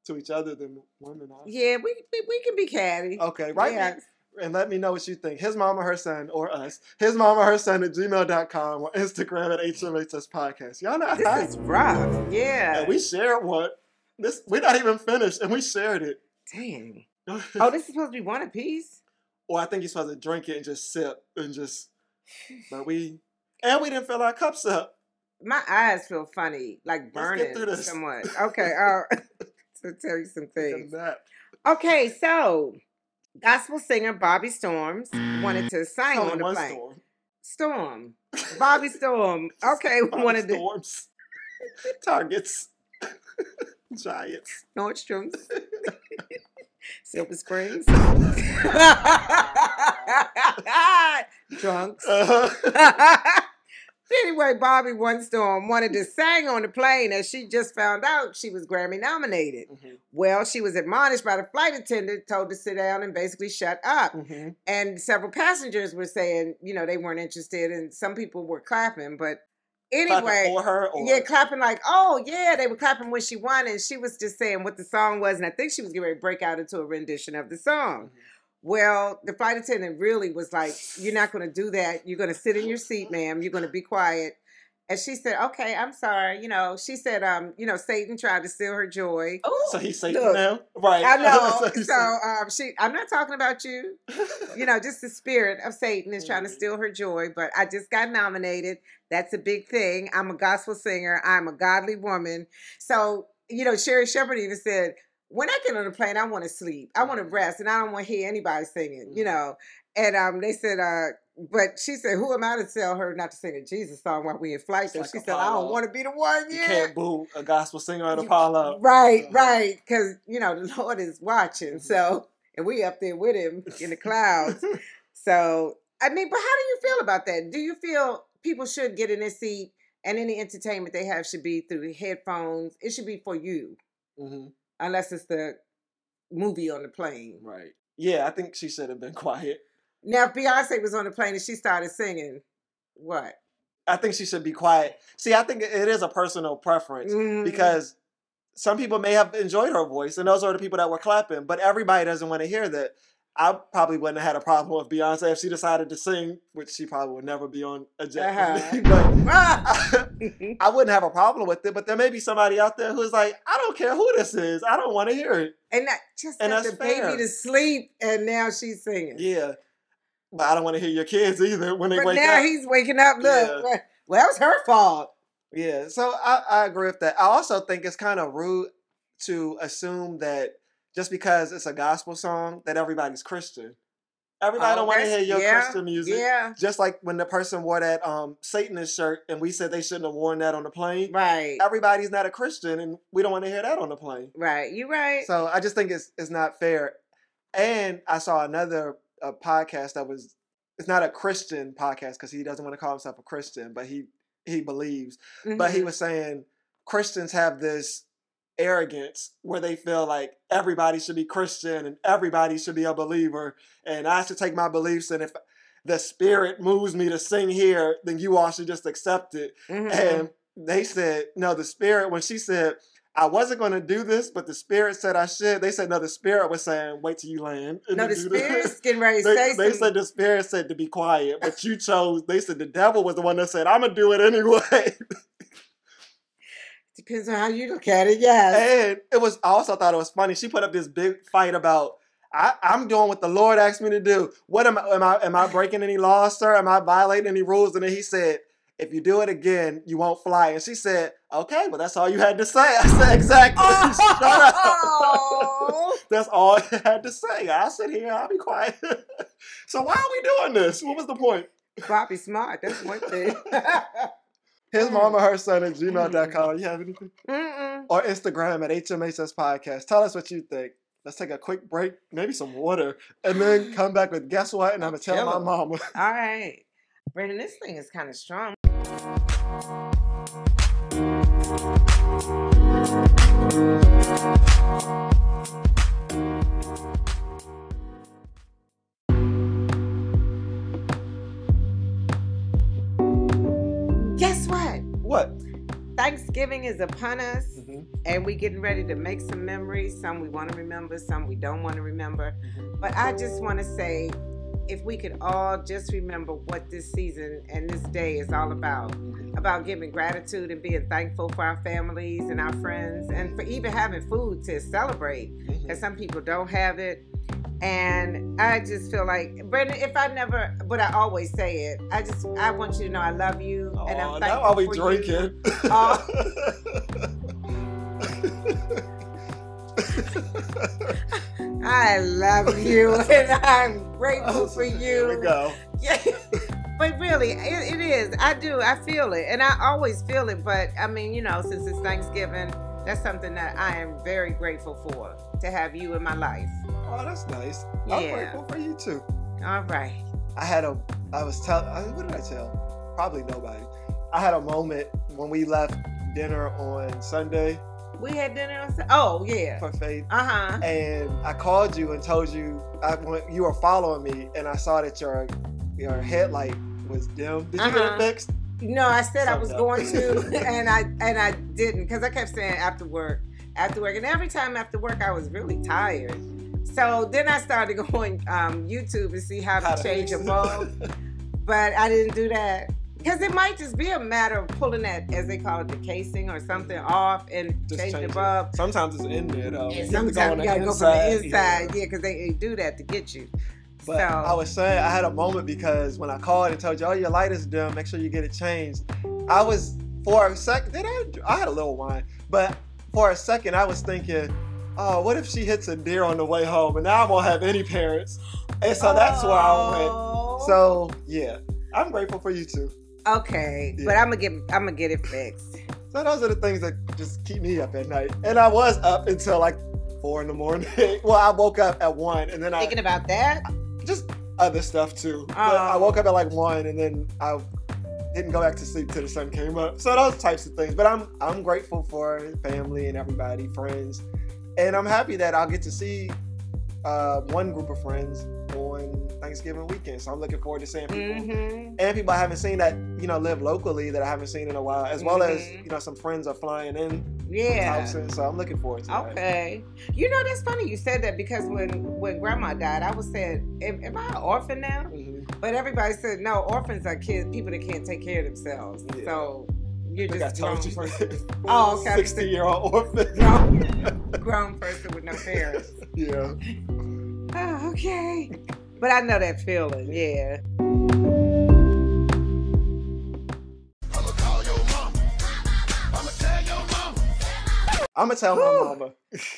[SPEAKER 2] to each other than women are.
[SPEAKER 1] Yeah, we, we we can be catty.
[SPEAKER 2] Okay, right?
[SPEAKER 1] Yeah.
[SPEAKER 2] and let me know what you think. His mom or her son or us. His mom or her son at gmail.com or Instagram at HMHS Podcast. Y'all know how
[SPEAKER 1] This is rough. Yeah.
[SPEAKER 2] and we shared one. This we're not even finished and we shared it.
[SPEAKER 1] Dang. Oh,
[SPEAKER 2] oh,
[SPEAKER 1] this is supposed to be one apiece?
[SPEAKER 2] or I think you're supposed to drink it and just sip and just but we and we didn't fill our cups up.
[SPEAKER 1] My eyes feel funny, like
[SPEAKER 2] Let's
[SPEAKER 1] burning
[SPEAKER 2] get through this.
[SPEAKER 1] somewhat. Okay, all right. to tell you some
[SPEAKER 2] Look at
[SPEAKER 1] things.
[SPEAKER 2] that.
[SPEAKER 1] Okay, so gospel singer Bobby Storms wanted to
[SPEAKER 2] It's
[SPEAKER 1] sing
[SPEAKER 2] only
[SPEAKER 1] on the
[SPEAKER 2] one
[SPEAKER 1] plane.
[SPEAKER 2] storm.
[SPEAKER 1] Storm. Bobby Storm. Okay,
[SPEAKER 2] Bobby
[SPEAKER 1] one of the
[SPEAKER 2] storms. Targets. Giants.
[SPEAKER 1] Nordstrom's. Silver Springs. Drunks.
[SPEAKER 2] Uh,
[SPEAKER 1] anyway, Bobby One Storm wanted to sing on the plane as she just found out she was Grammy nominated.
[SPEAKER 2] mhm,
[SPEAKER 1] Well, she was admonished by the flight attendant, told to sit down and basically shut up.
[SPEAKER 2] mhm.
[SPEAKER 1] And several passengers were saying, you know, they weren't interested, and some people were clapping. But
[SPEAKER 2] Clapping
[SPEAKER 1] anyway,
[SPEAKER 2] for her or
[SPEAKER 1] yeah, clapping like, oh yeah, they were clapping when she won, and she was just saying what the song was, and I think she was getting ready to break out into a rendition of the song. Well, the flight attendant really was like, You're not going to do that. You're going to sit in your seat, ma'am. You're going to be quiet. And she said, Okay, I'm sorry. You know, she said, um, You know, Satan tried to steal her joy.
[SPEAKER 2] So he's Satan
[SPEAKER 1] Look,
[SPEAKER 2] now, right?
[SPEAKER 1] I know.
[SPEAKER 2] he's
[SPEAKER 1] so um, she, I'm not talking about you.
[SPEAKER 2] Satan.
[SPEAKER 1] You know, just the spirit of Satan is trying to
[SPEAKER 2] Mhm.
[SPEAKER 1] steal her joy. But I just got nominated. That's a big thing. I'm a gospel singer. I'm a godly woman. So, you know, Sherry Shepherd even said, when I get on the plane, I want to sleep. I want to
[SPEAKER 2] Mhm.
[SPEAKER 1] rest, and I don't want to hear anybody singing. You
[SPEAKER 2] Mhm.
[SPEAKER 1] know. And um, they said, uh, But she said, "Who am I to tell her not to sing a Jesus song while we in flight?"
[SPEAKER 2] It's
[SPEAKER 1] So
[SPEAKER 2] like
[SPEAKER 1] she said, "I don't
[SPEAKER 2] Apollo.
[SPEAKER 1] want to be the one
[SPEAKER 2] You
[SPEAKER 1] yet."
[SPEAKER 2] can't boo a gospel singer at
[SPEAKER 1] You-
[SPEAKER 2] Apollo.
[SPEAKER 1] Right,
[SPEAKER 2] Uh-huh.
[SPEAKER 1] right, because you know the Lord is watching.
[SPEAKER 2] Mhm.
[SPEAKER 1] So, and we up there with him in the clouds. So, I mean, but how do you feel about that? Do you feel people should get in their seat and any entertainment they have should be through headphones? It should be for you,
[SPEAKER 2] Mhm.
[SPEAKER 1] unless it's the movie on the plane.
[SPEAKER 2] Right. Yeah, I think she should have been quiet.
[SPEAKER 1] Now, if Beyonce was on the plane and she started singing, what?
[SPEAKER 2] I think she should be quiet. See, I think it is a personal preference
[SPEAKER 1] Mm,
[SPEAKER 2] because some people may have enjoyed her voice, and those are the people that were clapping. But everybody doesn't want to hear that. I probably wouldn't have had a problem with Beyonce if she decided to sing, which she probably would never be on a jet. with me,
[SPEAKER 1] Ah!
[SPEAKER 2] but I wouldn't have a problem with it. But there may be somebody out there who's like, I don't care who this is, I don't want to hear it.
[SPEAKER 1] and that just
[SPEAKER 2] And
[SPEAKER 1] got
[SPEAKER 2] that's
[SPEAKER 1] the
[SPEAKER 2] fair.
[SPEAKER 1] baby to sleep, and now she's singing.
[SPEAKER 2] Yeah, but I don't want to hear your kids either when they
[SPEAKER 1] But
[SPEAKER 2] wake
[SPEAKER 1] now
[SPEAKER 2] up.
[SPEAKER 1] he's waking up. Look, well, that was her fault.
[SPEAKER 2] Yeah, so I, I agree with that. I also think it's kind of rude to assume that just because it's a gospel song that everybody's Christian. Everybody
[SPEAKER 1] Oh,
[SPEAKER 2] don't want to hear
[SPEAKER 1] that's-
[SPEAKER 2] your
[SPEAKER 1] yeah,
[SPEAKER 2] Christian music.
[SPEAKER 1] Yeah,
[SPEAKER 2] Just like when the person wore that um Satanist shirt and we said they shouldn't have worn that on the plane.
[SPEAKER 1] right,
[SPEAKER 2] Everybody's not a Christian and we don't want to hear that on the plane.
[SPEAKER 1] right. You right.
[SPEAKER 2] So I just think it's it's not fair. And I saw another uh podcast that was it's not a Christian podcast because he doesn't want to call himself a Christian, but he he believes but he
[SPEAKER 1] Mhm.
[SPEAKER 2] was saying Christians have this arrogance where they feel like everybody should be Christian and everybody should be a believer, and I should take my beliefs and if the spirit moves me to sing here, then you all should just accept it.
[SPEAKER 1] Mhm.
[SPEAKER 2] And they said, no, the spirit, when she said, I wasn't going to do this, but the spirit said I should, they said, no, the spirit was saying, wait till you land. and
[SPEAKER 1] no,
[SPEAKER 2] then
[SPEAKER 1] the
[SPEAKER 2] do this."
[SPEAKER 1] spirit's getting ready to
[SPEAKER 2] They,
[SPEAKER 1] say
[SPEAKER 2] they
[SPEAKER 1] something.
[SPEAKER 2] said the spirit said to be quiet, but you chose. They said the devil was the one that said, "I'm gonna do it anyway."
[SPEAKER 1] Depends on how you look at it. Yes.
[SPEAKER 2] And it was I also thought it was funny. She put up this big fight about I, I'm doing what the Lord asked me to do. What am I am I am I breaking any laws, sir? Am I violating any rules? And then he said, if you do it again, you won't fly. And she said, Okay, well that's all you had to say. I said, Exactly. Shut up.
[SPEAKER 1] Oh!
[SPEAKER 2] that's all I had to say. I'll sit here, I'll be quiet. so why are we doing this? What was the point?
[SPEAKER 1] Bobby Smart. That's one thing.
[SPEAKER 2] His
[SPEAKER 1] Mm.
[SPEAKER 2] mom or her son at gmail.com. You have anything?
[SPEAKER 1] Mm-mm.
[SPEAKER 2] or Instagram at HMHS Podcast. Tell us what you think. Let's take a quick break, maybe some water, and then come back with guess what? And I'm gonna tell my
[SPEAKER 1] Killer.
[SPEAKER 2] mama.
[SPEAKER 1] All right, Brandon. This thing is kind of strong. Guess what?
[SPEAKER 2] What?
[SPEAKER 1] Thanksgiving is upon us,
[SPEAKER 2] Mhm,
[SPEAKER 1] and we getting ready to make some memories. Some we want to remember, some we don't want to remember.
[SPEAKER 2] mhm.
[SPEAKER 1] But I just want to say, if we could all just remember what this season and this day is all about
[SPEAKER 2] Mm-hmm.
[SPEAKER 1] about giving gratitude and being thankful for our families and our friends, and for even having food to celebrate. Because some people don't have it. And I just feel like, Brandon, if I never, but I always say it, I just, I want you to know I love you. and
[SPEAKER 2] Aw,
[SPEAKER 1] I'm
[SPEAKER 2] now
[SPEAKER 1] thankful
[SPEAKER 2] are we
[SPEAKER 1] for you.
[SPEAKER 2] drinking?
[SPEAKER 1] Aw. I love you and I'm grateful for you.
[SPEAKER 2] Oh, Here we go.
[SPEAKER 1] Yeah. but really, it, it is. I do. I feel it. And I always feel it. But I mean, you know, since it's Thanksgiving, that's something that I am very grateful for to have you in my life.
[SPEAKER 2] Oh, that's nice. I'm
[SPEAKER 1] Yeah.
[SPEAKER 2] grateful for you too.
[SPEAKER 1] All right.
[SPEAKER 2] I had a, I was telling, what did I tell? Probably nobody. I had a moment when we left dinner on Sunday
[SPEAKER 1] We had dinner on. Sa- Oh, yeah.
[SPEAKER 2] for Faith.
[SPEAKER 1] Uh huh.
[SPEAKER 2] and I called you and told you I went, you were following me, and I saw that your your headlight was dim. Did you get
[SPEAKER 1] Uh-huh.
[SPEAKER 2] it fixed?
[SPEAKER 1] No, I said I
[SPEAKER 2] Something
[SPEAKER 1] was
[SPEAKER 2] up.
[SPEAKER 1] going to, and I and I didn't because I kept saying after work, after work, and every time after work I was really tired. So then I started going um, YouTube to see how to
[SPEAKER 2] How to
[SPEAKER 1] change a
[SPEAKER 2] fix it.
[SPEAKER 1] bulb, but I didn't do that because it might just be a matter of pulling that, as they call it, the casing or something off and
[SPEAKER 2] Just
[SPEAKER 1] changing
[SPEAKER 2] change
[SPEAKER 1] the
[SPEAKER 2] it.
[SPEAKER 1] bulb.
[SPEAKER 2] Sometimes it's in there though.
[SPEAKER 1] And
[SPEAKER 2] You have to go on
[SPEAKER 1] sometimes
[SPEAKER 2] the
[SPEAKER 1] you gotta go from the
[SPEAKER 2] yeah.
[SPEAKER 1] inside, yeah, because they, they do that to get you.
[SPEAKER 2] But
[SPEAKER 1] so
[SPEAKER 2] I was saying I had a moment because when I called and told you, oh, your light is dim. Make sure you get it changed. I was for a second. Did I? I had a little wine, but for a second I was thinking, oh, what if she hits a deer on the way home, and now I won't have any parents. And so that's where I went. So yeah, I'm grateful for you too.
[SPEAKER 1] Oh. Okay, but
[SPEAKER 2] Yeah.
[SPEAKER 1] I'm gonna get I'm gonna get it fixed.
[SPEAKER 2] So those are the things that just keep me up at night. And I was up until like four in the morning. well, I woke up at one, and then I
[SPEAKER 1] Thinking about that.
[SPEAKER 2] just other stuff too. But I
[SPEAKER 1] Oh.
[SPEAKER 2] woke up at like one, and then I didn't go back to sleep till the sun came up. So those types of things. But I'm I'm grateful for family and everybody, friends, and I'm happy that I'll get to see uh, one group of friends on Thanksgiving weekend. So I'm looking forward to seeing people.
[SPEAKER 1] Mm-hmm.
[SPEAKER 2] And people I haven't seen that you know live locally that I haven't seen in a while, as well as
[SPEAKER 1] Mhm.
[SPEAKER 2] you know some friends are flying in
[SPEAKER 1] Yeah.
[SPEAKER 2] Thompson, so I'm looking forward to that.
[SPEAKER 1] Okay. You know that's funny you said that because when when grandma died, I was said, am, am I an orphan now?
[SPEAKER 2] Mhm.
[SPEAKER 1] But everybody said no. Orphans are kids, people that can't take care of themselves.
[SPEAKER 2] Yeah.
[SPEAKER 1] So you're
[SPEAKER 2] I think I
[SPEAKER 1] just
[SPEAKER 2] told
[SPEAKER 1] grown
[SPEAKER 2] you.
[SPEAKER 1] person. Oh, okay.
[SPEAKER 2] 60 year old orphan.
[SPEAKER 1] Grown, grown person with no parents.
[SPEAKER 2] yeah.
[SPEAKER 1] Oh, okay. But I know that feeling. Yeah.
[SPEAKER 2] I'm gonna tell
[SPEAKER 1] Whew.
[SPEAKER 2] my mama.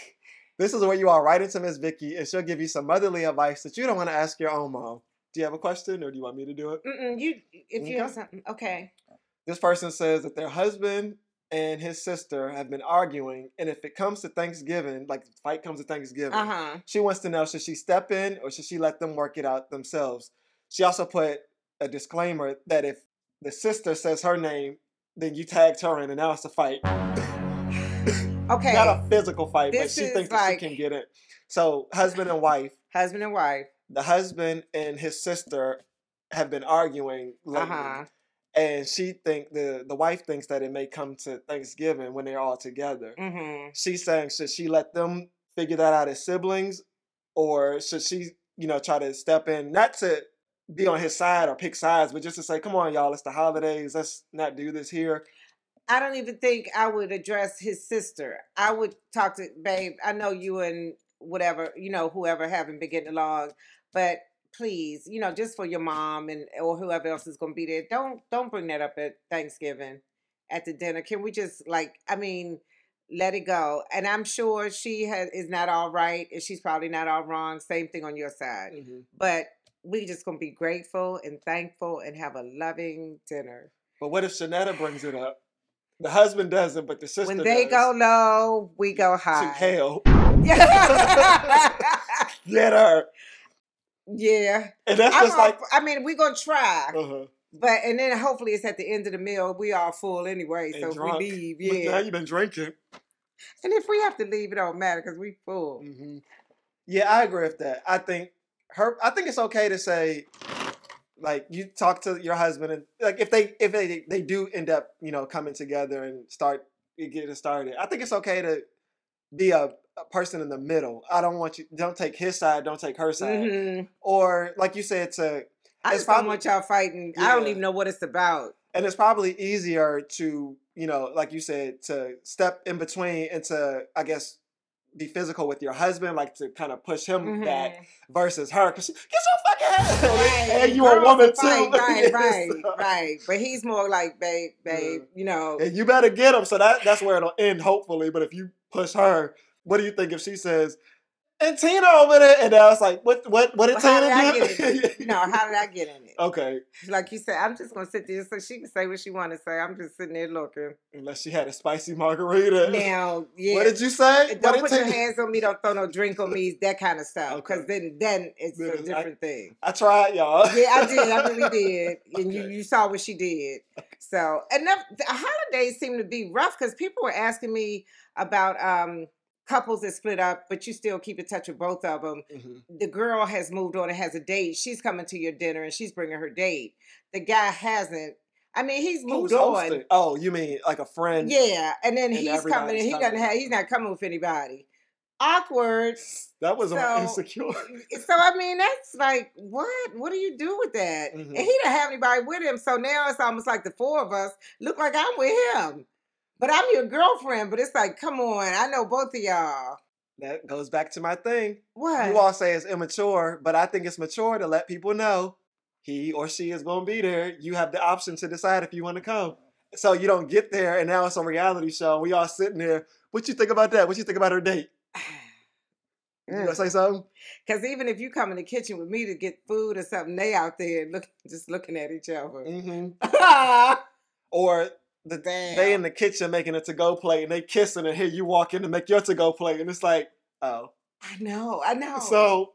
[SPEAKER 2] this is where you are right into Miss Vicky, and she'll give you some motherly advice that you don't want to ask your own mom. Do you have a question, or do you want me to do it?
[SPEAKER 1] Mm-mm, you if you have
[SPEAKER 2] Okay.
[SPEAKER 1] something. Okay.
[SPEAKER 2] This person says that their husband and his sister have been arguing, and if it comes to Thanksgiving, like the fight comes to Thanksgiving,
[SPEAKER 1] Uh huh.
[SPEAKER 2] she wants to know should she step in or should she let them work it out themselves. She also put a disclaimer that if the sister says her name, then you tagged her in, and now it's a fight.
[SPEAKER 1] Okay.
[SPEAKER 2] Not a physical fight, but
[SPEAKER 1] This
[SPEAKER 2] she
[SPEAKER 1] is
[SPEAKER 2] thinks
[SPEAKER 1] like-
[SPEAKER 2] that she can get it. So, husband and wife,
[SPEAKER 1] Husband and wife.
[SPEAKER 2] the husband and his sister have been arguing
[SPEAKER 1] Uh
[SPEAKER 2] lately,
[SPEAKER 1] huh.
[SPEAKER 2] and she think the the wife thinks that it may come to Thanksgiving when they're all together.
[SPEAKER 1] Mm-hmm.
[SPEAKER 2] She's saying should she let them figure that out as siblings, or should she you know try to step in not to be on his side or pick sides, but just to say, come on, y'all, it's the holidays. Let's not do this here.
[SPEAKER 1] I don't even think I would address his sister. I would talk to babe. I know you and whatever you know whoever haven't been getting along, but please, you know, just for your mom and or whoever else is going to be there, don't don't bring that up at Thanksgiving, at the dinner. Can we just like I mean, let it go? And I'm sure she has is not all right, and she's probably not all wrong. Same thing on your side,
[SPEAKER 2] Mm.
[SPEAKER 1] but we just going to be grateful and thankful and have a loving dinner.
[SPEAKER 2] But what if Shanetta brings it up? The husband doesn't, but the sister
[SPEAKER 1] when they
[SPEAKER 2] does.
[SPEAKER 1] go low, we go
[SPEAKER 2] to
[SPEAKER 1] high.
[SPEAKER 2] hell,
[SPEAKER 1] yeah.
[SPEAKER 2] get her. And that's
[SPEAKER 1] I'm
[SPEAKER 2] just
[SPEAKER 1] all-
[SPEAKER 2] like,
[SPEAKER 1] I mean, we're going to try.
[SPEAKER 2] uh-huh.
[SPEAKER 1] But, and then hopefully it's at the end of the meal. We are full anyway.
[SPEAKER 2] And
[SPEAKER 1] So
[SPEAKER 2] drunk.
[SPEAKER 1] if we leave,
[SPEAKER 2] But Now
[SPEAKER 1] yeah.
[SPEAKER 2] you've been drinking.
[SPEAKER 1] And if we have to leave, it don't matter because we full.
[SPEAKER 2] hmm Yeah, I agree with that. I think her. I think it's okay to say, like, you talk to your husband and like if they if they they do end up you know coming together and start getting started. I think it's okay to be a, a person in the middle. I don't want you. Don't take his side. Don't take her side.
[SPEAKER 1] Mhm.
[SPEAKER 2] Or like you said, to
[SPEAKER 1] I
[SPEAKER 2] It's
[SPEAKER 1] just
[SPEAKER 2] probably-
[SPEAKER 1] don't want y'all fighting. I don't
[SPEAKER 2] Yeah.
[SPEAKER 1] even know what it's about.
[SPEAKER 2] and it's probably easier to you know like you said to step in between and to i guess be physical with your husband like to kind of push him back
[SPEAKER 1] Mhm.
[SPEAKER 2] versus her because get your fucking head
[SPEAKER 1] Right.
[SPEAKER 2] and you're a
[SPEAKER 1] Girls
[SPEAKER 2] woman too
[SPEAKER 1] fight, Right,
[SPEAKER 2] Yes. uh, Mm.
[SPEAKER 1] right, right. But he's more like, babe, babe, you know.
[SPEAKER 2] and you better get him so that that's where it'll end hopefully but if you push her what do you think if she says and tina over there and i was like what what what did
[SPEAKER 1] Well, how did I
[SPEAKER 2] tina
[SPEAKER 1] get in
[SPEAKER 2] do
[SPEAKER 1] it? No, how did I get in it?
[SPEAKER 2] okay
[SPEAKER 1] like you said, I'm just gonna sit there so she can say what she want to say. I'm just sitting there looking.
[SPEAKER 2] unless she had a spicy margarita
[SPEAKER 1] Now, yeah, Uh,
[SPEAKER 2] what did you say What
[SPEAKER 1] don't
[SPEAKER 2] did
[SPEAKER 1] put your
[SPEAKER 2] Tina-
[SPEAKER 1] hands on me. Don't throw no drink on me. That kind of stuff.
[SPEAKER 2] Okay.
[SPEAKER 1] Because then, then it's
[SPEAKER 2] Then
[SPEAKER 1] a
[SPEAKER 2] it's- I-
[SPEAKER 1] different thing.
[SPEAKER 2] I tried, y'all.
[SPEAKER 1] Yeah, I did. I really did. And you,
[SPEAKER 2] Okay.
[SPEAKER 1] you saw what she did. So, and the, the holidays seem to be rough because people were asking me about um couples that split up, but you still keep in touch with both of them.
[SPEAKER 2] Mhm.
[SPEAKER 1] the girl has moved on and has a date. She's coming to your dinner and she's bringing her date. The guy hasn't. I mean, he's moved
[SPEAKER 2] Who's
[SPEAKER 1] on.
[SPEAKER 2] hosting? Oh, you mean like a friend?
[SPEAKER 1] Yeah, and then
[SPEAKER 2] And
[SPEAKER 1] he's coming
[SPEAKER 2] everybody's
[SPEAKER 1] and he doesn't
[SPEAKER 2] coming.
[SPEAKER 1] have. He's not coming with anybody. Awkward.
[SPEAKER 2] That was on
[SPEAKER 1] So-
[SPEAKER 2] insecure.
[SPEAKER 1] So I mean, that's like what? What do you do with that?
[SPEAKER 2] Mhm.
[SPEAKER 1] And he didn't have anybody with him. So now it's almost like the four of us look like I'm with him, but I'm your girlfriend. But it's like, come on, I know both of y'all.
[SPEAKER 2] That goes back to my thing.
[SPEAKER 1] What?
[SPEAKER 2] You all say it's immature, but I think it's mature to let people know he or she is going to be there. You have the option to decide if you want to come. So you don't get there, and now it's a reality show. and We all sitting there. What you think about that? What you think about her date? You gonna say something?
[SPEAKER 1] Because even if you come in the kitchen with me to get food or something, they out there look just looking at each other.
[SPEAKER 2] Mm-hmm. Or the
[SPEAKER 1] Damn.
[SPEAKER 2] they in the kitchen making a to go plate and they kissing and here you walk in to make your to go plate and it's like, oh.
[SPEAKER 1] I know. I know.
[SPEAKER 2] So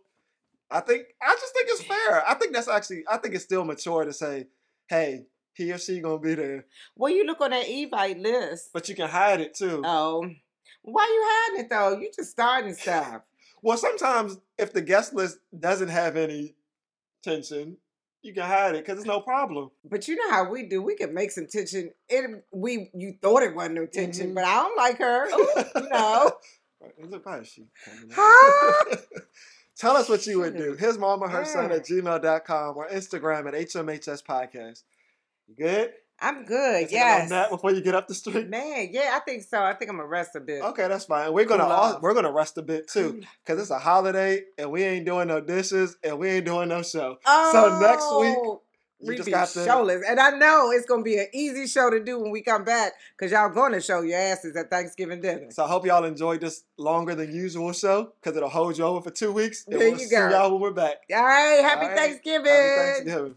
[SPEAKER 2] I think I just think it's fair. I think that's actually I think it's still mature to say, hey, he or she gonna be there.
[SPEAKER 1] well, you look on that Evite list.
[SPEAKER 2] But you can hide it too.
[SPEAKER 1] Oh, why you hiding it though? You just starting stuff.
[SPEAKER 2] Well, sometimes if the guest list doesn't have any tension, you can hide it because it's no problem.
[SPEAKER 1] But you know how we do. We can make some tension. It we you thought it wasn't no tension,
[SPEAKER 2] Mhm.
[SPEAKER 1] but I don't like her. Ooh, you know.
[SPEAKER 2] Right, and Look, why is she coming up?
[SPEAKER 1] Huh?
[SPEAKER 2] Tell us what you would do. His mama, her son
[SPEAKER 1] Yeah.
[SPEAKER 2] at gmail.com or Instagram at HMHS Podcast. You good?
[SPEAKER 1] I'm good.
[SPEAKER 2] Let's hit on
[SPEAKER 1] Uh, yes.
[SPEAKER 2] that before you get up the street.
[SPEAKER 1] Man, yeah, I think so. I think I'm gonna rest a bit.
[SPEAKER 2] Okay, that's fine. We're gonna
[SPEAKER 1] Cool
[SPEAKER 2] all,
[SPEAKER 1] off.
[SPEAKER 2] we're gonna rest a bit too, cause it's a holiday and we ain't doing no dishes and we ain't doing no show. So next week,
[SPEAKER 1] Mm. Oh,
[SPEAKER 2] you
[SPEAKER 1] we
[SPEAKER 2] just
[SPEAKER 1] be
[SPEAKER 2] got to-
[SPEAKER 1] showless, and I know it's gonna be an easy show to do when we come back, cause y'all going to show your asses at Thanksgiving dinner.
[SPEAKER 2] So I hope y'all enjoyed this longer than usual show, cause it'll hold you over for two weeks. And
[SPEAKER 1] There
[SPEAKER 2] we'll
[SPEAKER 1] you
[SPEAKER 2] see
[SPEAKER 1] go.
[SPEAKER 2] y'all when we're back.
[SPEAKER 1] All right, happy
[SPEAKER 2] All right.
[SPEAKER 1] Thanksgiving.
[SPEAKER 2] Happy Thanksgiving.